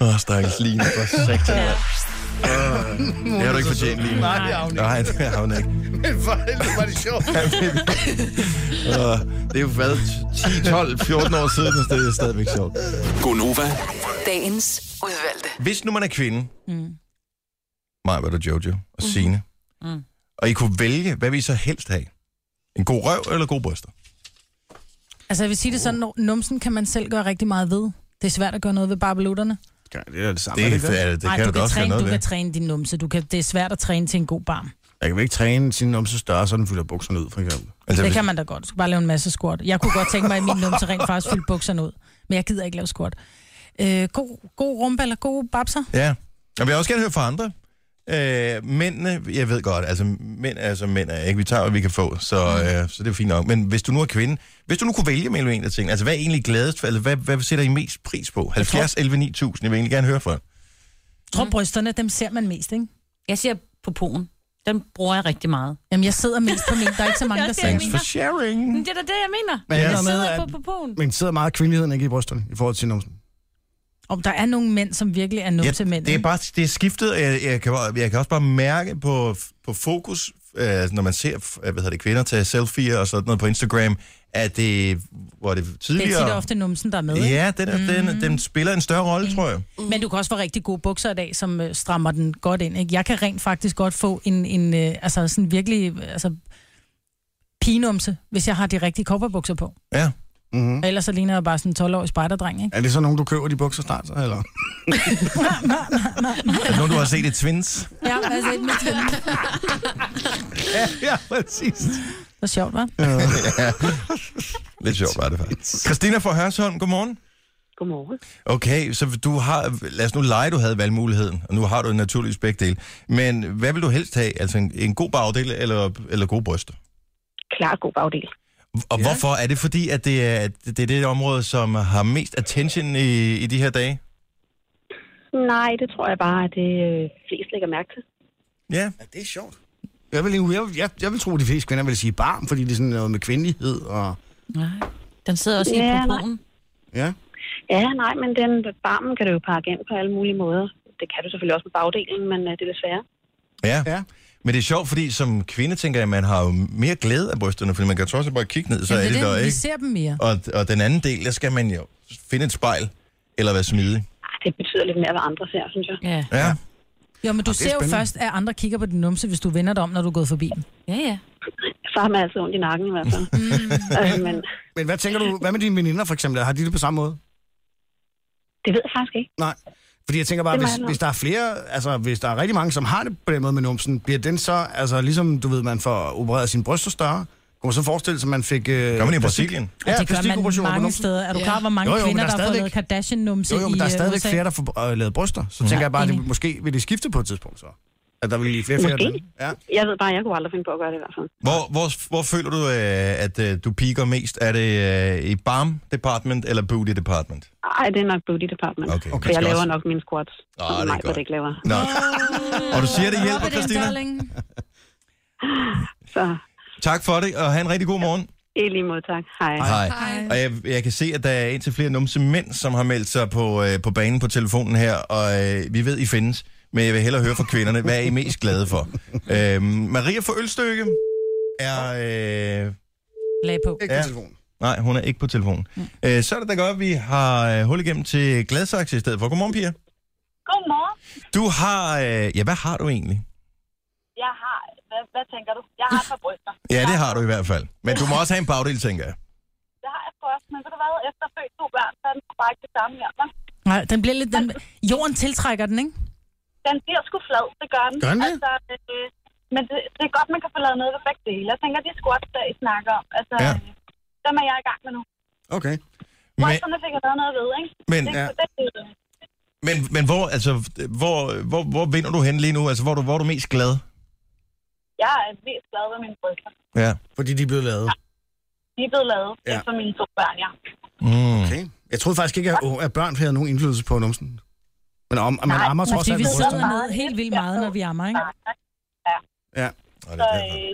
[SPEAKER 1] Åh, stakkels Line, for sagt.
[SPEAKER 4] Ja.
[SPEAKER 1] Det har du ikke fortjent, Line.
[SPEAKER 2] Nej, det har hun ikke.
[SPEAKER 1] Nej, det har hun ikke.
[SPEAKER 2] Men for helvede, var det sjovt.
[SPEAKER 1] Åh, det er jo været 10, 12, 14 år siden, og det er stadigvæk sjovt.
[SPEAKER 8] Gonova,
[SPEAKER 7] Dagens udvalgte.
[SPEAKER 1] Hvis nu man er kvinde,
[SPEAKER 3] Mm. Mhm.
[SPEAKER 1] mig, var det Jojo og Signe,
[SPEAKER 4] Mm.
[SPEAKER 1] og I kunne vælge, hvad vi så helst have? En god røv eller god bryster?
[SPEAKER 3] Altså, jeg vil sige det sådan, når numsen kan man selv gøre rigtig meget ved. Det er svært at gøre noget ved barbelutterne.
[SPEAKER 2] Ja, det er det samme.
[SPEAKER 1] Det,
[SPEAKER 2] er
[SPEAKER 1] det,
[SPEAKER 2] ikke
[SPEAKER 1] det, det
[SPEAKER 3] Nej,
[SPEAKER 1] kan
[SPEAKER 3] du
[SPEAKER 1] du da
[SPEAKER 3] kan,
[SPEAKER 1] også gøre
[SPEAKER 3] træne,
[SPEAKER 1] noget
[SPEAKER 3] du
[SPEAKER 1] ved. Altså,
[SPEAKER 3] kan træne din numse. Du kan, det er svært at træne til en god barm.
[SPEAKER 2] Jeg kan vel ikke træne sin numse større, så den fylder bukserne ud, for eksempel.
[SPEAKER 3] Altså, det kan man da godt. Du skal bare lave en masse squat. Jeg kunne godt tænke mig, at min numse rent faktisk fyldte bukserne ud. Men jeg gider ikke lave squat. Øh, god, god rumpe eller gode babser?
[SPEAKER 1] Ja. Jeg vil også gerne høre fra andre. Øh, mændene, jeg ved godt, altså mænd er som mænd er, ikke? Vi tager, hvad vi kan få, så,
[SPEAKER 3] Mm.
[SPEAKER 1] øh, så det er fint nok. Men hvis du nu er kvinde, hvis du nu kunne vælge mellem en af tingene, altså hvad er egentlig gladest for, altså hvad, hvad sætter I mest pris på? 70, 11, 9000, jeg vil egentlig gerne høre fra.
[SPEAKER 3] Jeg tror, brysterne, dem ser man mest, ikke?
[SPEAKER 4] Jeg siger på poen. Den bruger jeg rigtig meget.
[SPEAKER 3] Jamen, jeg sidder mest på min. Der er ikke så mange, der ser
[SPEAKER 2] Thanks
[SPEAKER 3] min.
[SPEAKER 2] for sharing.
[SPEAKER 4] Men det er da det, jeg mener.
[SPEAKER 2] Men
[SPEAKER 4] jeg
[SPEAKER 2] jeg
[SPEAKER 4] sidder
[SPEAKER 2] med,
[SPEAKER 4] på,
[SPEAKER 2] at-
[SPEAKER 4] på poen.
[SPEAKER 2] Men sidder meget kvindeligheden ikke i brysterne, i forhold til numsen?
[SPEAKER 3] Om der er nogle mænd, som virkelig er numsemænd.
[SPEAKER 1] Det er bare det er skiftet, og jeg, jeg, kan, jeg kan også bare mærke på, på fokus, øh, når man ser øh, hvad hedder det, kvinder tage selfies og sådan noget på Instagram, at det, hvor det
[SPEAKER 3] det er
[SPEAKER 1] tidligere...
[SPEAKER 3] tit ofte numsen, der er med. ikke? Mm.
[SPEAKER 1] Ja, den, mm. den, den spiller en større rolle, tror jeg.
[SPEAKER 3] Men du kan også få rigtig gode bukser i dag, som øh, strammer den godt ind. Ikke? Jeg kan rent faktisk godt få en, en øh, altså sådan virkelig øh, altså, pigenumse, hvis jeg har de rigtige kopperbukser på.
[SPEAKER 1] Ja.
[SPEAKER 2] Mm-hmm.
[SPEAKER 3] Ellers så ligner jeg bare sådan en 12-årig spejderdreng, ikke?
[SPEAKER 2] Er det så nogen, du køber de bukser snart, så, eller?
[SPEAKER 1] Er det nogen, du Altså, har set i Twins?
[SPEAKER 3] Ja, altså et med tvilling.
[SPEAKER 2] ja, ja, præcis.
[SPEAKER 3] Hvor sjovt, var.
[SPEAKER 1] ja. Lidt sjovt var det faktisk. Christina fra Hørsholm, godmorgen.
[SPEAKER 13] Godmorgen.
[SPEAKER 1] Okay, så du har, lad os nu lege, du havde valgmuligheden, og nu har du naturligvis begge dele. Men hvad vil du helst have? Altså en, en god bagdel eller, eller gode bryster?
[SPEAKER 13] Klar god bagdel.
[SPEAKER 1] Og ja. hvorfor? Er det fordi, at det er, det er det område, som har mest attention i, i de her dage?
[SPEAKER 13] Nej, det tror jeg bare, at det øh, flest lægger mærke til.
[SPEAKER 1] Ja.
[SPEAKER 2] ja det er sjovt. Jeg vil, egentlig- jeg, jeg, jeg vil tro, at de fleste kvinder vil sige barm, fordi det er sådan noget med kvindelighed og...
[SPEAKER 4] Nej. Den sidder også helt
[SPEAKER 13] Ja,
[SPEAKER 4] på
[SPEAKER 13] nej.
[SPEAKER 4] poen.
[SPEAKER 2] Ja.
[SPEAKER 13] Ja, nej, men den barmen kan du jo pakke ind på alle mulige måder. Det kan du selvfølgelig også med bagdelen, men øh, det er lidt sværere.
[SPEAKER 1] Ja. ja. Men det er sjovt, fordi som kvinde tænker jeg, at man har jo mere glæde af brysterne, fordi man kan trods alt bare kigge ned, så
[SPEAKER 3] Jamen,
[SPEAKER 1] er det,
[SPEAKER 3] det,
[SPEAKER 1] der,
[SPEAKER 3] vi
[SPEAKER 1] ikke?
[SPEAKER 3] ser dem mere.
[SPEAKER 1] Og, og den anden del, der skal man jo finde et spejl, eller være smidig.
[SPEAKER 13] Ej, Det betyder lidt mere, hvad andre ser, synes jeg.
[SPEAKER 4] Ja.
[SPEAKER 1] Ja.
[SPEAKER 3] Jo,
[SPEAKER 2] Ah,
[SPEAKER 3] men du
[SPEAKER 1] Og det er
[SPEAKER 3] ser jo
[SPEAKER 1] spændende.
[SPEAKER 3] først, at andre kigger på din numse, hvis du vender dig om, når du er gået forbi dem.
[SPEAKER 4] Ja, ja.
[SPEAKER 13] Så har man altså ondt i nakken i hvert fald. øh, men
[SPEAKER 2] Men hvad tænker du, hvad med dine veninder for eksempel? Har de det på samme måde?
[SPEAKER 13] det ved jeg faktisk ikke.
[SPEAKER 2] Nej. Fordi jeg tænker bare,
[SPEAKER 13] Det må
[SPEAKER 2] hvis,
[SPEAKER 13] jeg nok.
[SPEAKER 2] hvis der er flere, altså hvis der er rigtig mange, som har det på den måde med numsen, bliver den så, altså ligesom du ved, man får opereret sine bryster størere, kunne man så forestille sig, at man fik... Øh,
[SPEAKER 1] Gør man i
[SPEAKER 2] plastik-
[SPEAKER 1] Brasilien?
[SPEAKER 3] Ja,
[SPEAKER 2] Ja,
[SPEAKER 3] det gør man
[SPEAKER 2] plastikoperationer på
[SPEAKER 3] mange
[SPEAKER 2] numsen.
[SPEAKER 3] steder. Er du klar, hvor mange
[SPEAKER 2] Jo, jo, men
[SPEAKER 3] kvinder,
[SPEAKER 2] der
[SPEAKER 3] der,
[SPEAKER 2] er
[SPEAKER 3] har fået
[SPEAKER 2] stadigvæk-
[SPEAKER 3] lavet Kardashian-numse
[SPEAKER 2] Jo, jo, men
[SPEAKER 3] i
[SPEAKER 2] der er
[SPEAKER 3] øh,
[SPEAKER 2] stadigvæk
[SPEAKER 3] USA?
[SPEAKER 2] flere, der får øh, lavet bryster. Så
[SPEAKER 3] Ja,
[SPEAKER 2] tænker jeg bare, at det,
[SPEAKER 3] enig.
[SPEAKER 2] måske vil det skifte på et tidspunkt så. At der vil lige flere og flere... af
[SPEAKER 13] Måske.
[SPEAKER 2] dem. Ja.
[SPEAKER 13] Jeg ved bare, jeg kunne aldrig finde på at gøre det i hvert fald.
[SPEAKER 1] Hvor, hvor, hvor føler du, øh, at øh, du piker mest? Er det øh, i barm department eller booty department?
[SPEAKER 13] Ej, det er nok beauty department.
[SPEAKER 1] Okay,
[SPEAKER 13] For
[SPEAKER 1] man
[SPEAKER 13] jeg
[SPEAKER 1] skal
[SPEAKER 13] laver
[SPEAKER 1] også-
[SPEAKER 13] nok mine squats.
[SPEAKER 1] Nå, det er
[SPEAKER 13] Nej, hvad
[SPEAKER 1] godt.
[SPEAKER 13] det ikke laver.
[SPEAKER 1] Nå. Og du siger, det hjælper,
[SPEAKER 3] Rub it in,
[SPEAKER 1] Christina.
[SPEAKER 3] darling.
[SPEAKER 13] Så
[SPEAKER 1] Tak for det, og have en rigtig god morgen.
[SPEAKER 13] i lige måde, tak. Hej.
[SPEAKER 1] Hej. Og jeg, jeg kan se, at der er indtil flere numse mænd, som har meldt sig på, øh, på banen på telefonen her, og øh, vi ved, I findes. Men jeg vil hellere høre fra kvinderne, hvad er I mest glade for? øhm, Maria for Ølstykke er... Øh,
[SPEAKER 3] Lag på.
[SPEAKER 2] Ikke på telefonen.
[SPEAKER 1] nej, hun er ikke på telefonen. Mm. Øh, så er det da godt, at vi har øh, hul igennem til Gladsaxe i stedet for. Godmorgen, Pia.
[SPEAKER 14] Godmorgen.
[SPEAKER 1] Du har... Øh, ja, hvad har du egentlig?
[SPEAKER 14] Jeg har... Hvad, hvad tænker du? Jeg har et par bryster.
[SPEAKER 1] Ja, det har du i hvert fald. Men du må også have en bagdel, tænker jeg.
[SPEAKER 14] Jeg har et bryst, men ved du hvad? Efter at have født to børn, så er den sgu bare ikke det samme her. Men
[SPEAKER 3] Nej, den bliver lidt... Den, jorden tiltrækker den, ikke?
[SPEAKER 14] den bliver sgu flad, det gør den.
[SPEAKER 3] Gør den det?
[SPEAKER 14] Altså, øh, men det, det, er godt, man kan få lavet noget ved begge dele. Jeg tænker, de squats, der I snakker om, altså,
[SPEAKER 1] Ja.
[SPEAKER 14] ja. dem er jeg i gang med nu.
[SPEAKER 2] Okay.
[SPEAKER 1] Men,
[SPEAKER 14] Brysterne fik jeg lavet noget ved, ikke?
[SPEAKER 1] Men-
[SPEAKER 14] det,
[SPEAKER 1] Ja.
[SPEAKER 14] det, øh, det,
[SPEAKER 1] men, men hvor, altså, hvor, hvor, hvor vinder du hen lige nu? Altså, hvor er du, hvor er du mest glad?
[SPEAKER 14] jeg er mest glad ved mine bryster.
[SPEAKER 1] Ja.
[SPEAKER 2] Fordi de er blevet lavet.
[SPEAKER 14] De er blevet lavet
[SPEAKER 2] Ja.
[SPEAKER 14] ja. for mine to børn, ja.
[SPEAKER 1] Mm.
[SPEAKER 2] Okay. Jeg troede faktisk ikke, at, at børn havde nogen indflydelse på numsen. Men om, at man ammer
[SPEAKER 3] men
[SPEAKER 2] trods
[SPEAKER 3] fordi
[SPEAKER 2] alt
[SPEAKER 3] vi
[SPEAKER 2] med
[SPEAKER 3] sidder
[SPEAKER 2] brysterne.
[SPEAKER 3] ned helt vildt meget, når vi ammer, ikke?
[SPEAKER 2] Ja.
[SPEAKER 14] Så øh,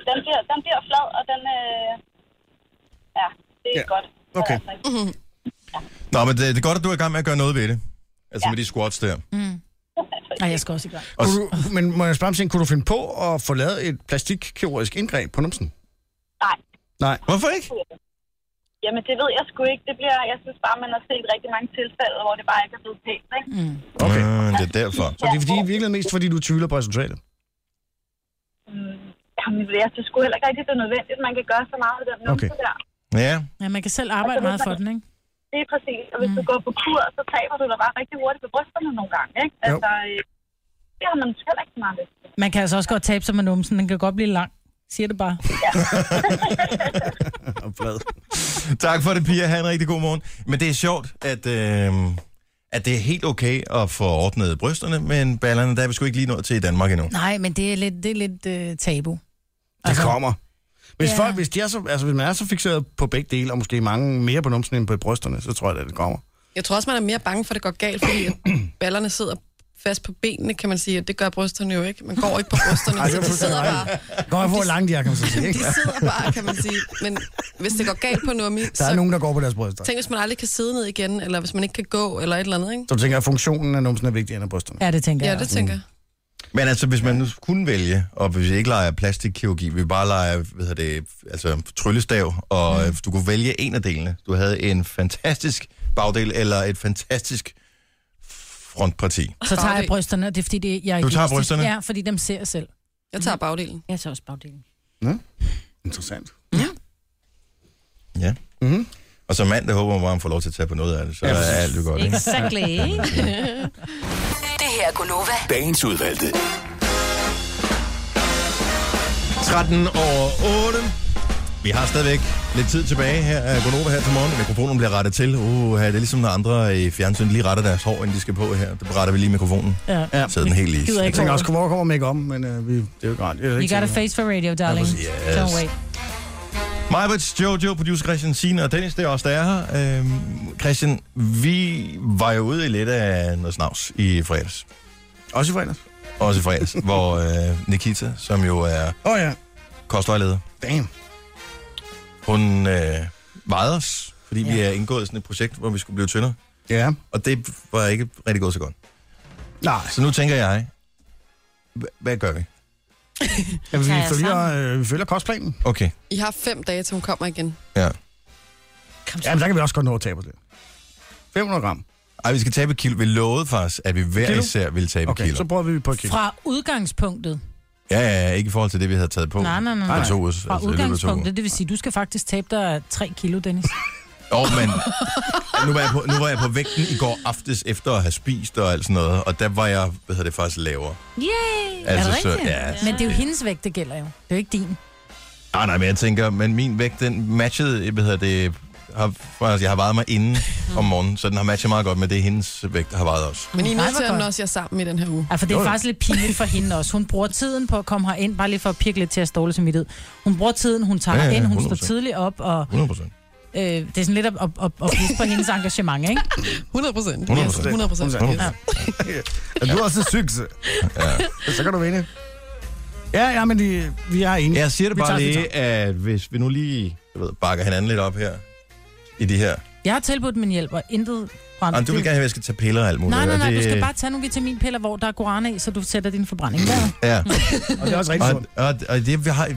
[SPEAKER 14] den, bliver, den bliver flad, og den... Øh, ja, det er
[SPEAKER 1] Ja.
[SPEAKER 14] godt.
[SPEAKER 1] Okay. Nå, men det, det er godt, at du er i gang med at gøre noget ved det. Altså ja. med de squats der.
[SPEAKER 3] Nej, jeg skal også i gang.
[SPEAKER 1] Og,
[SPEAKER 2] Kunne du, men må jeg spørge om ting, kunne du finde på at få lavet et plastikkirurgisk indgreb på numsen?
[SPEAKER 14] Nej.
[SPEAKER 2] Nej.
[SPEAKER 1] Hvorfor ikke?
[SPEAKER 14] Jamen, det ved jeg sgu ikke. Det bliver, jeg synes bare, man har set rigtig mange tilfælde, hvor det bare ikke er blevet pænt, ikke?
[SPEAKER 3] Mm.
[SPEAKER 1] Okay. Mm, det er derfor.
[SPEAKER 2] Så det er fordi, i virkeligheden mest fordi, du tvivler på resultatet?
[SPEAKER 14] Mm, jamen, jeg synes sgu heller ikke rigtigt, det er nødvendigt, man kan gøre så meget med den numse
[SPEAKER 2] Okay.
[SPEAKER 14] der.
[SPEAKER 1] Ja.
[SPEAKER 3] Altså, Ja, man kan selv arbejde meget for den, ikke?
[SPEAKER 14] Det er præcis. Og hvis mm. du går på kur, så taber du dig bare rigtig hurtigt på brysterne nogle gange. Ikke? Altså, øh, det har man måske heller ikke så meget lyst til.
[SPEAKER 3] Man kan altså også godt tabe sig med numsen. Den kan godt blive lang. Siger det bare.
[SPEAKER 1] Og flad. tak for det, Pia. Ha' en rigtig god morgen. Men det er sjovt, at, øh, at det er helt okay at få ordnet brysterne, men ballerne, der er vi sgu ikke lige nået til i Danmark endnu.
[SPEAKER 3] Nej, men det er lidt, det er lidt øh, tabu.
[SPEAKER 2] Det kommer. Hvis,
[SPEAKER 3] Ja.
[SPEAKER 2] Altså, ja. folk, hvis, de er så, altså, hvis man er så fixeret på begge dele, og måske mange mere på numsen end på brysterne, så tror jeg, at det kommer.
[SPEAKER 5] Jeg tror også, man er mere bange for, at det går galt, fordi at ballerne sidder fast på benene, kan man sige, og det gør brysterne jo ikke. Man går ikke på brysterne,
[SPEAKER 2] Ej, det
[SPEAKER 5] så
[SPEAKER 2] er
[SPEAKER 5] de
[SPEAKER 2] fuldstændig
[SPEAKER 5] sidder bare,
[SPEAKER 2] rigtigt. Kommer på, hvor langt de er, kan man så sige. Ikke?
[SPEAKER 5] de sidder bare, kan man sige. Men hvis det går galt på nummi,
[SPEAKER 2] Der er
[SPEAKER 5] så
[SPEAKER 2] nogen, der går på deres bryster.
[SPEAKER 5] tænk, hvis man aldrig kan sidde ned igen, eller hvis man ikke kan gå, eller et eller andet, ikke?
[SPEAKER 2] Så du tænker, at funktionen af numsen er vigtigere end af brysterne.
[SPEAKER 3] Ja, det tænker
[SPEAKER 5] Ja, det
[SPEAKER 2] mm.
[SPEAKER 5] tænker jeg.
[SPEAKER 1] Men altså, hvis man nu kunne vælge, og hvis vi ikke leger plastikkirurgi, vi bare leger, hvad hedder det, altså tryllestav, og mm. du kunne vælge en af delene. Du havde en fantastisk bagdel, eller et fantastisk frontparti.
[SPEAKER 3] Så tager jeg brysterne, og det er fordi, det, jeg er
[SPEAKER 1] Du tager
[SPEAKER 3] egoistisk.
[SPEAKER 1] brysterne?
[SPEAKER 3] Ja, fordi dem ser jeg selv.
[SPEAKER 5] Jeg tager
[SPEAKER 2] Mm.
[SPEAKER 5] bagdelen.
[SPEAKER 3] Jeg tager også bagdelen.
[SPEAKER 2] Interessant.
[SPEAKER 1] Ja. Mm-hmm. Og som mand, der håber man bare, man får lov til at tage på noget af det, så
[SPEAKER 8] Ja,
[SPEAKER 1] ja,
[SPEAKER 8] præcis.
[SPEAKER 1] er alt jo godt. ikke?
[SPEAKER 7] Det her er Gunova.
[SPEAKER 8] Dagens udvalgte.
[SPEAKER 1] 13 over 8. Vi har stadigvæk lidt tid tilbage her af Gonova her til morgen. Mikrofonen bliver rettet til. Uh, det er ligesom når andre i fjernsynet lige retter deres hår, inden de skal på her. Det retter vi lige mikrofonen.
[SPEAKER 3] Ja.
[SPEAKER 1] Ja. Så er den helt lige.
[SPEAKER 3] Gider
[SPEAKER 2] Jeg
[SPEAKER 3] ikke
[SPEAKER 2] tænker
[SPEAKER 3] over
[SPEAKER 2] også, hvor kommer make om, men øh, vi, det er jo ikke rart.
[SPEAKER 3] You got a face for radio, darling.
[SPEAKER 1] præcis. Yes.
[SPEAKER 3] Don't wait.
[SPEAKER 1] Majbrits, Jojo, producer Christian Sine og Dennis, det er også der er her. Øhm, Christian, vi var jo ude i lidt af noget snavs i fredags.
[SPEAKER 2] Også i fredags?
[SPEAKER 1] Også i fredags, hvor øh, Nikita, som jo er
[SPEAKER 2] Åh oh, ja.
[SPEAKER 1] kostvejleder,
[SPEAKER 2] Damn.
[SPEAKER 1] hun øh, vejede os, fordi ja. vi er indgået i sådan et projekt, hvor vi skulle blive tyndere.
[SPEAKER 2] Ja.
[SPEAKER 1] Og det var ikke rigtig gået så godt.
[SPEAKER 2] Nej.
[SPEAKER 1] Så nu tænker jeg, hva- hvad gør vi?
[SPEAKER 2] Ja, vi,
[SPEAKER 5] Tager jeg
[SPEAKER 2] følger,
[SPEAKER 5] sammen?
[SPEAKER 2] øh, vi følger kostplanen.
[SPEAKER 1] Okay.
[SPEAKER 5] I har fem dage, til hun kommer igen.
[SPEAKER 1] Ja.
[SPEAKER 2] Ja, men der kan vi også godt nå at tabe os lidt. 500 gram.
[SPEAKER 1] Ej, vi skal tabe et kilo. Vi lovede faktisk, at vi hver
[SPEAKER 2] Kilo?
[SPEAKER 1] især ville tabe et
[SPEAKER 2] Okay,
[SPEAKER 1] kilo.
[SPEAKER 2] så prøver vi på et kilo.
[SPEAKER 3] Fra udgangspunktet.
[SPEAKER 1] Ja, ja, ja, ikke i forhold til det, vi havde taget på.
[SPEAKER 3] Nej, nej, nej.
[SPEAKER 1] For
[SPEAKER 3] nej.
[SPEAKER 1] to uger, altså, i løbet
[SPEAKER 3] Fra
[SPEAKER 1] af to uger.
[SPEAKER 3] udgangspunktet, det vil sige, du skal faktisk tabe dig 3 kilo, Dennis.
[SPEAKER 1] Åh, oh, men nu var, jeg på, nu var jeg på vægten i går aftes efter at have spist og alt sådan noget, og der var jeg, hvad hedder det, faktisk lavere.
[SPEAKER 3] Yay!
[SPEAKER 1] Altså,
[SPEAKER 3] er det
[SPEAKER 1] så-
[SPEAKER 3] rigtigt?
[SPEAKER 1] ja.
[SPEAKER 3] Men det er jo hendes vægt, det gælder jo. Det er jo ikke din.
[SPEAKER 1] Ah, Nej, nej, men jeg tænker, men min vægt, den matchede, hvad hedder det, har, altså, jeg har vejet mig inden
[SPEAKER 3] Mhm.
[SPEAKER 1] om morgenen, så den har matchet meget godt med det, hendes vægt der har vejet også.
[SPEAKER 5] Men I er
[SPEAKER 3] Nej,
[SPEAKER 5] nødt
[SPEAKER 3] hvor
[SPEAKER 5] til at
[SPEAKER 3] godt.
[SPEAKER 5] også jer sammen i den her uge.
[SPEAKER 3] Ja, for det er
[SPEAKER 1] Jo, jo.
[SPEAKER 3] faktisk lidt pinligt for hende også. Hun bruger tiden på at komme herind, bare lige for at pirke lidt til at ståle som vidtighed. Hun bruger tiden, hun tager
[SPEAKER 1] Ja,
[SPEAKER 3] ja,
[SPEAKER 1] ja, ja,
[SPEAKER 3] ind, hun står
[SPEAKER 1] 100%.
[SPEAKER 3] tidligt op, og
[SPEAKER 1] 100 procent.
[SPEAKER 3] øh, det er sådan lidt at, at, at, at pisse på hendes engagement, ikke?
[SPEAKER 5] 100 procent.
[SPEAKER 1] 100%.
[SPEAKER 5] 100 procent.
[SPEAKER 2] Er du også sykse? Ja. Så kan du vinde. Ja, ja, men de, vi er enige.
[SPEAKER 1] Jeg siger det
[SPEAKER 2] Vi
[SPEAKER 1] bare
[SPEAKER 2] tager- vi
[SPEAKER 1] lige, at hvis vi nu lige jeg ved, bakker hinanden lidt op her, i det her.
[SPEAKER 3] Jeg har tilbudt min hjælp, og intet brændt.
[SPEAKER 1] Jamen, du vil gerne have, at jeg skal tage piller og alt muligt.
[SPEAKER 3] Nej, nej,
[SPEAKER 1] og
[SPEAKER 3] nej,
[SPEAKER 1] det,
[SPEAKER 3] du skal bare tage nogle vitaminpiller, hvor der er guarana i, så du sætter din forbrænding der.
[SPEAKER 1] Ja.
[SPEAKER 2] tager. Og det er også rigtig
[SPEAKER 1] Og,
[SPEAKER 2] sundt.
[SPEAKER 1] og, og det, vi har,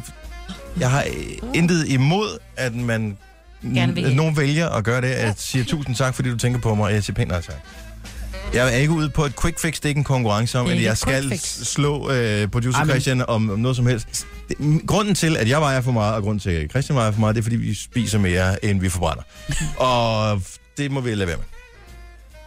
[SPEAKER 1] jeg har øh, intet imod, at man
[SPEAKER 2] Gerne vil
[SPEAKER 1] at
[SPEAKER 2] hjælpe.
[SPEAKER 1] nogen vælger at gøre det, at sige tusind tak, fordi du tænker på mig, og jeg siger pænt nej tak. Jeg er ikke ude på et quick fix, det er ikke en konkurrence om,
[SPEAKER 2] Det er
[SPEAKER 1] at
[SPEAKER 2] ikke
[SPEAKER 1] jeg
[SPEAKER 2] et
[SPEAKER 1] skal
[SPEAKER 2] quick
[SPEAKER 1] s-
[SPEAKER 2] fix.
[SPEAKER 1] slå øh, producer
[SPEAKER 2] Ej,
[SPEAKER 1] Ej,
[SPEAKER 2] men-
[SPEAKER 1] Christian om, om noget som helst. Det, m- grunden til, at jeg vejer for meget, og grunden til, at Christian vejer for meget, det er, fordi vi spiser mere, end vi forbrænder. og det må vi lade være med.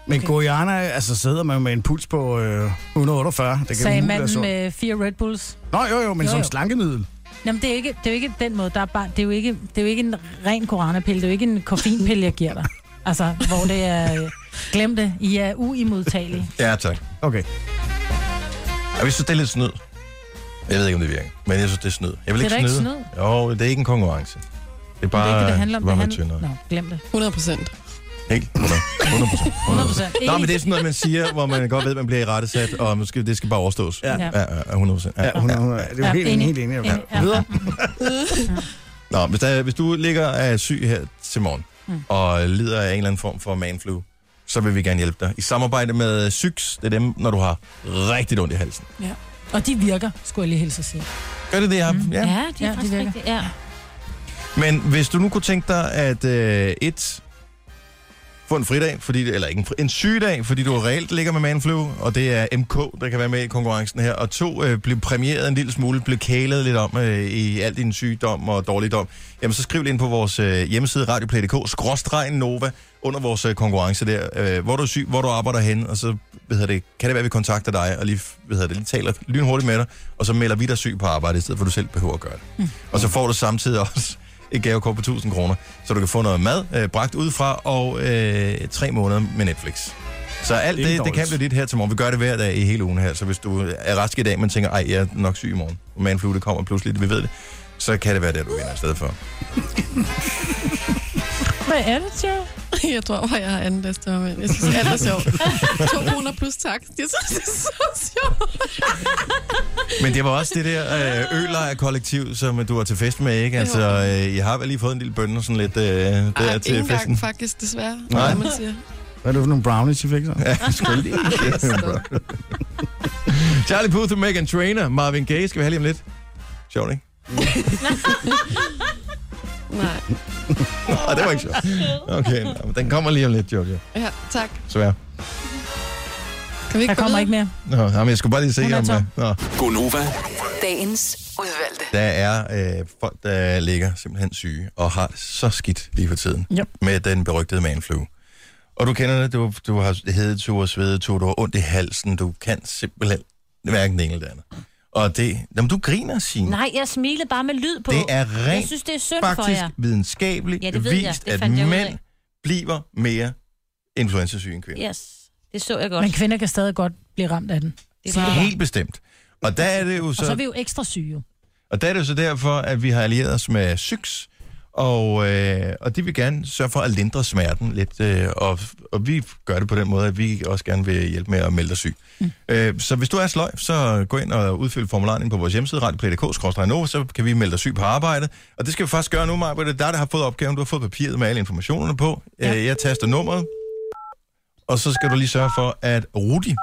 [SPEAKER 2] Men Guyana, altså sidder man jo med en puls på øh, 148. Det kan
[SPEAKER 3] Sagde
[SPEAKER 2] umuligt være
[SPEAKER 3] manden
[SPEAKER 1] altså.
[SPEAKER 2] sundt.
[SPEAKER 3] med fire Red Bulls.
[SPEAKER 2] Nå, jo, jo, men
[SPEAKER 3] Jo,
[SPEAKER 2] som
[SPEAKER 3] jo.
[SPEAKER 2] slankemiddel.
[SPEAKER 3] Jamen, det er, jo ikke, det er jo ikke den måde, der er bare, det er jo ikke, det er jo ikke en ren koranapille, det er jo ikke en koffeinpille, jeg giver dig. Altså, hvor det er, øh, glem det, I er uimodtagelige.
[SPEAKER 1] Ja, tak.
[SPEAKER 2] Okay.
[SPEAKER 1] Jeg vil synes, det er lidt snyd. Jeg ved ikke, om det virker, men jeg synes, det er snyd. Jeg vil
[SPEAKER 3] Det er
[SPEAKER 1] ikke
[SPEAKER 3] da ikke
[SPEAKER 1] snyde.
[SPEAKER 3] snyd.
[SPEAKER 1] Jo, det er ikke en konkurrence. Det er
[SPEAKER 3] Det
[SPEAKER 1] bare,
[SPEAKER 3] er ikke det, det handler om.
[SPEAKER 1] hvor
[SPEAKER 3] Det
[SPEAKER 1] man er
[SPEAKER 3] handler...
[SPEAKER 1] tyndere.
[SPEAKER 3] Nå, glem det.
[SPEAKER 5] 100 procent.
[SPEAKER 1] Helt 100 100 procent.
[SPEAKER 3] 100 procent.
[SPEAKER 1] Nå, men det er sådan noget, man siger, hvor man godt ved, at man bliver i rettesat, og måske det skal bare overstås.
[SPEAKER 2] Ja.
[SPEAKER 1] ja, ja 100 procent. Ja,
[SPEAKER 2] Ja, 100, 100. Det er jo helt enig, helt enig.
[SPEAKER 1] Ja.
[SPEAKER 2] Ja. Videre.
[SPEAKER 1] Nå, hvis, der, hvis du ligger og er syg her til morgen, mm. og lider af en eller anden form for manflu, så vil vi gerne hjælpe dig. I samarbejde med Syx, det er dem, når du har rigtig ondt i halsen.
[SPEAKER 3] Ja. Og de virker, skulle jeg lige hilse at sige.
[SPEAKER 1] Gør det det, jeg mm.
[SPEAKER 4] Ja, de er
[SPEAKER 3] Ja,
[SPEAKER 4] ja,
[SPEAKER 3] de
[SPEAKER 4] faktisk de
[SPEAKER 3] virker.
[SPEAKER 4] rigtigt. Ja.
[SPEAKER 1] Men hvis du nu kunne tænke dig, at øh, et, Få en fridag, fordi, eller ikke en, fri, en sygedag, fordi du reelt ligger med manflu, og det er MK, der kan være med i konkurrencen her. Og to, øh, blev præmieret en lille smule, blev kælet lidt om øh, i al din sygdom og dårligdom. Jamen, så skriv det ind på vores øh, hjemmeside, radioplay.dk, skråstregen Nova, under vores øh, konkurrence der, øh, hvor du er syg, hvor du arbejder hen, og så hvad hedder det, kan det være, at vi kontakter dig, og lige, hvad hedder det, lige taler lynhurtigt med dig, og så melder vi dig syg på arbejde, i stedet for at du selv behøver at gøre det. Mm. Og så får du samtidig også et gavekort på 1000 kroner, så du kan få noget mad øh, bragt udefra, og øh, tre måneder med Netflix. Så alt
[SPEAKER 15] Ikke
[SPEAKER 1] det, det kan
[SPEAKER 15] dårligt.
[SPEAKER 1] blive dit her til morgen. Vi gør det hver dag i hele ugen her, så hvis du er rask i dag, men tænker, ej, jeg er nok syg i morgen, og manflu, det kommer pludselig, vi ved det, så kan det være det, du vinder i stedet for.
[SPEAKER 5] Hvad er det, Joe? Jeg tror, at jeg har anden næste moment. Jeg synes, alt er sjovt. 200 plus tak. Det synes jeg er så sjovt.
[SPEAKER 1] Men det var også det der øh, ølejr-kollektiv, som øh, du var til fest med, ikke? Altså, øh, jeg har vel lige fået en lille bønne og sådan lidt øh, der
[SPEAKER 5] Ej,
[SPEAKER 1] til
[SPEAKER 5] ingen
[SPEAKER 1] festen.
[SPEAKER 5] gang faktisk, desværre.
[SPEAKER 1] Nej.
[SPEAKER 5] Nej. Man siger.
[SPEAKER 1] Hvad er det for nogle brownies, I fik så? Ja, skønt. Charlie Puth og Megan Trainer. Marvin Gaye skal vi have lige om lidt. Sjovt, ikke?
[SPEAKER 5] Nej.
[SPEAKER 1] Nej, det var ikke sjovt. Okay, nå, men den kommer lige om lidt, Jojo.
[SPEAKER 5] Ja, tak.
[SPEAKER 1] Svær.
[SPEAKER 5] Kan vi ikke
[SPEAKER 3] Der kommer ikke mere.
[SPEAKER 1] Nå, jamen, jeg skulle bare lige se,
[SPEAKER 3] Hun er
[SPEAKER 1] om...
[SPEAKER 3] tom.
[SPEAKER 1] øh, Nå.
[SPEAKER 8] Gonova.
[SPEAKER 7] Dagens udvalgte.
[SPEAKER 1] Der er øh, folk, der ligger simpelthen syge og har det så skidt lige for tiden
[SPEAKER 3] Yep.
[SPEAKER 1] med den berygtede manflu. Og du kender det, du, du har hedetur, svedetur, du har ondt i halsen, du kan simpelthen hverken det ene eller det andet. Og det... Jamen, du griner, Signe.
[SPEAKER 4] Nej, jeg smilede bare med lyd på.
[SPEAKER 1] Det er rent
[SPEAKER 4] Jeg synes, det er synd
[SPEAKER 1] faktisk
[SPEAKER 4] for jer.
[SPEAKER 1] videnskabeligt
[SPEAKER 4] Ja,
[SPEAKER 1] ja,
[SPEAKER 4] det ved jeg.
[SPEAKER 1] vist,
[SPEAKER 4] Det
[SPEAKER 1] at
[SPEAKER 4] fandt jeg ud af.
[SPEAKER 1] mænd bliver mere influenzasyge end kvinder.
[SPEAKER 4] Yes, det så jeg godt.
[SPEAKER 3] Men kvinder kan stadig godt blive ramt af den.
[SPEAKER 1] Det er helt bestemt. Og der er det jo
[SPEAKER 3] Og
[SPEAKER 1] så...
[SPEAKER 3] så er vi jo ekstra syge. jo.
[SPEAKER 1] Og der er det jo så derfor, at vi har allieret os med Syx, og, øh, og de vil gerne sørge for at lindre smerten lidt, øh, og, og vi gør det på den måde, at vi også gerne vil hjælpe med at melde dig syg. Mm. Øh, så hvis du er sløj, så gå ind og udfyld formularen ind på vores hjemmeside, radioplay.dk-nova, så kan vi melde dig syg på arbejde. Og det skal vi først gøre nu, Maja, det er dig, der har fået opgaven, du har fået papiret med alle informationerne på. Ja. Øh, jeg taster nummeret, og så skal du lige sørge for, at Rudi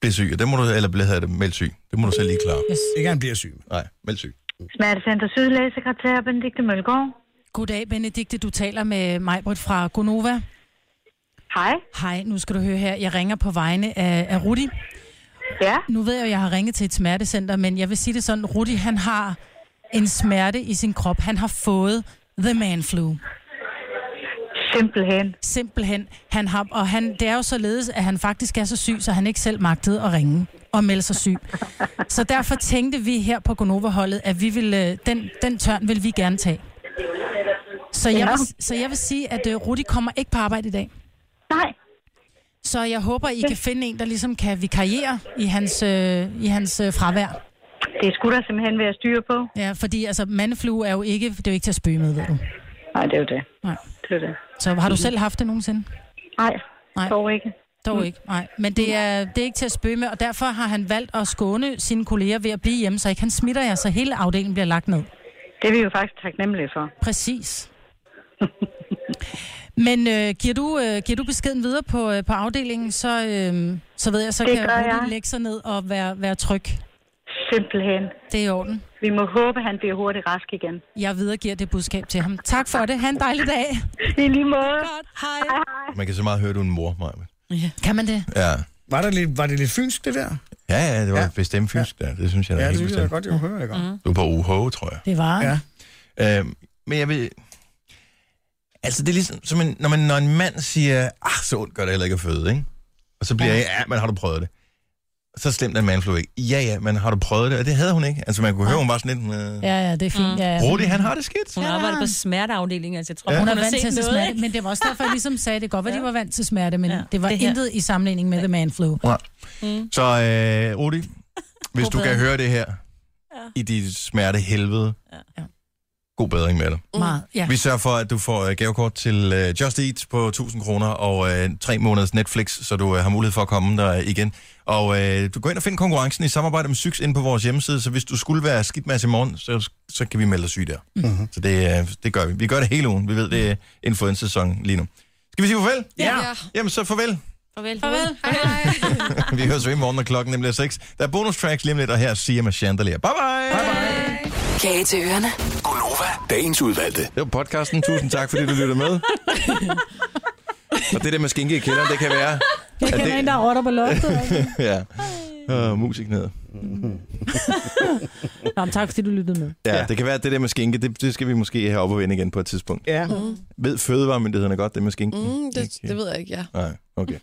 [SPEAKER 1] bliver syg, og det må du, eller bliver hedder det meldt syg. Det må du selv lige klare.
[SPEAKER 3] Yes.
[SPEAKER 1] Ikke han bliver syg. Nej, meldt syg.
[SPEAKER 3] Smertecenter Sydlægesekretær Benedikte Mølgaard. Goddag, Benedikte. Du taler med Majbrit fra Gonova.
[SPEAKER 13] Hej.
[SPEAKER 3] Hej, nu skal du høre her. Jeg ringer på vegne af, af Rudi.
[SPEAKER 13] Ja.
[SPEAKER 3] Nu ved jeg, at jeg har ringet til et smertecenter, men jeg vil sige det sådan. Rudi, han har en smerte i sin krop. Han har fået the man flu.
[SPEAKER 13] Simpelthen.
[SPEAKER 3] Simpelthen. Han har, og han, det er jo således, at han faktisk er så syg, så han ikke selv magtede at ringe og melde sig syg. Så derfor tænkte vi her på Gonova-holdet, at vi ville, øh, den, den tørn vil vi gerne tage. Så jeg,
[SPEAKER 13] Ja.
[SPEAKER 3] vil, så jeg vil sige, at øh, Rudi kommer ikke på arbejde i dag.
[SPEAKER 13] Nej.
[SPEAKER 3] Så jeg håber, I kan finde en, der ligesom kan vikariere i hans, øh, i hans øh, fravær.
[SPEAKER 13] Det skulle der simpelthen være styr på.
[SPEAKER 3] Ja, fordi altså, mandeflue er jo ikke, det er jo ikke til at spøge med, ved du.
[SPEAKER 13] Nej, det er jo det.
[SPEAKER 3] Nej.
[SPEAKER 13] Det er det.
[SPEAKER 3] Så har du selv haft det nogensinde?
[SPEAKER 13] Nej,
[SPEAKER 3] Nej.
[SPEAKER 13] dog ikke.
[SPEAKER 3] Dog ikke, nej. Men det er, det er ikke til at spøge med, og derfor har han valgt at skåne sine kolleger ved at blive hjemme, så ikke han smitter jer, så hele afdelingen bliver lagt ned.
[SPEAKER 13] Det er vi jo faktisk taknemmelige for.
[SPEAKER 3] Præcis. Men øh, giver, du, øh, giver du beskeden videre på, øh, på afdelingen, så, øh, så ved jeg, så
[SPEAKER 13] Det
[SPEAKER 3] kan
[SPEAKER 13] gør
[SPEAKER 3] Rudi
[SPEAKER 13] jeg.
[SPEAKER 3] lægge sig ned og være, være tryg.
[SPEAKER 13] Simpelthen.
[SPEAKER 3] Det er i orden.
[SPEAKER 13] Vi må håbe, han bliver hurtigt rask igen.
[SPEAKER 3] Jeg videregiver det budskab til ham. Tak for det. Ha' en dejlig dag.
[SPEAKER 13] I lige måde.
[SPEAKER 3] Godt. Hej. Hej, hej.
[SPEAKER 1] Man kan så meget høre, at du er en mor, Maja.
[SPEAKER 3] Ja. Kan man det?
[SPEAKER 1] Ja.
[SPEAKER 2] Var, der lidt, var det lidt fynsk, det der?
[SPEAKER 1] Ja, ja, det var ja. bestemt fysisk, ja. Det synes jeg, der
[SPEAKER 2] Ja,
[SPEAKER 1] er
[SPEAKER 2] det
[SPEAKER 1] helt
[SPEAKER 2] synes jeg da
[SPEAKER 1] bestemt.
[SPEAKER 2] godt, jeg hører. Ikke? Mm.
[SPEAKER 1] Du er på UH, tror jeg.
[SPEAKER 3] Det var.
[SPEAKER 2] Ja.
[SPEAKER 1] Øhm, men jeg vil... Altså, det er ligesom, som en, når, man, når en mand siger, ah, så ondt gør det heller ikke at føde, ikke? Og så bliver jeg, ja, men har du prøvet det? Så slemt er en mandflu ikke. Ja, ja, men har du prøvet det? Og det havde hun ikke. Altså, man kunne høre, hun var sådan lidt... Øh...
[SPEAKER 3] Ja, ja, det er
[SPEAKER 13] Mm.
[SPEAKER 3] fint. Ja, ja.
[SPEAKER 1] Rudi, han har det skidt.
[SPEAKER 4] Hun
[SPEAKER 3] Ja.
[SPEAKER 4] arbejder på smerteafdelingen, altså jeg tror,
[SPEAKER 3] Ja. Hun er
[SPEAKER 4] har
[SPEAKER 3] vant
[SPEAKER 4] set
[SPEAKER 3] til at se
[SPEAKER 4] noget,
[SPEAKER 3] smerte,
[SPEAKER 4] ikke?
[SPEAKER 3] men det var også derfor, jeg ligesom sagde, at det godt var, de var vant til smerte, men ja. det var
[SPEAKER 4] Det
[SPEAKER 3] det
[SPEAKER 4] her.
[SPEAKER 3] intet i sammenligning med The Man Flu.
[SPEAKER 1] Mm. Så øh, Rudi, hvis du kan høre det her ja. i dit smerte helvede,
[SPEAKER 3] ja.
[SPEAKER 1] god bedring med dig.
[SPEAKER 3] Meget, ja.
[SPEAKER 1] Vi sørger for, at du får øh, gavekort til øh, Just Eat på 1000 kroner og øh, tre måneders Netflix, så du øh, har mulighed for at komme der igen. Og øh, du går ind og find konkurrencen i samarbejde med Syks inde på vores hjemmeside, så hvis du skulle være skidt masse i morgen, så, så kan vi melde dig syg der. Mm-hmm. Så det, øh, det gør vi. Vi gør det hele ugen. Vi ved, det er influenza-sæson lige nu. Skal vi sige farvel?
[SPEAKER 4] Ja.
[SPEAKER 1] Jamen så farvel.
[SPEAKER 4] Farvel. Farvel. Hej.
[SPEAKER 1] vi høres ved i morgen, når klokken nemlig er 6. Der er bonus tracks lige om lidt, og her siger med Chandelier. Bye bye! Bye
[SPEAKER 7] Kage til ørerne.
[SPEAKER 8] Dagens udvalgte.
[SPEAKER 1] Det var podcasten. Tusind tak, fordi du lyttede med. Og det der med skinke i kælderen, det kan være...
[SPEAKER 6] Jeg
[SPEAKER 1] at
[SPEAKER 6] kender
[SPEAKER 1] det...
[SPEAKER 6] en, der har rotter på loftet.
[SPEAKER 1] ja. Og musik ned.
[SPEAKER 6] Nå, men tak fordi du lyttede med.
[SPEAKER 1] Ja, det kan være, at det der med skinke, det, det skal vi måske have op og vende igen på et tidspunkt.
[SPEAKER 10] Ja.
[SPEAKER 5] Mm.
[SPEAKER 1] Ved fødevaremyndighederne godt, det med skinken?
[SPEAKER 5] Mm, det, det ved jeg ikke, ja.
[SPEAKER 1] Nej, okay.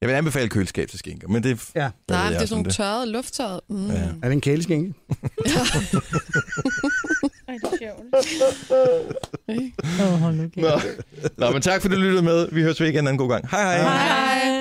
[SPEAKER 1] Jeg vil anbefale køleskab til skinker, men det...
[SPEAKER 10] Ja.
[SPEAKER 1] Hvad ved
[SPEAKER 5] Nej,
[SPEAKER 1] jeg
[SPEAKER 5] det er
[SPEAKER 1] om
[SPEAKER 5] sådan nogle tørrede, lufttørrede. Mm.
[SPEAKER 1] Ja.
[SPEAKER 5] Ja.
[SPEAKER 10] Er det en kæleskænke?
[SPEAKER 5] Ikke?
[SPEAKER 3] Åh, hold nu kæft.
[SPEAKER 1] Nå. Nå, men tak fordi du lyttede med. Vi høres ved igen en anden god gang. Hej hej.
[SPEAKER 3] Hej.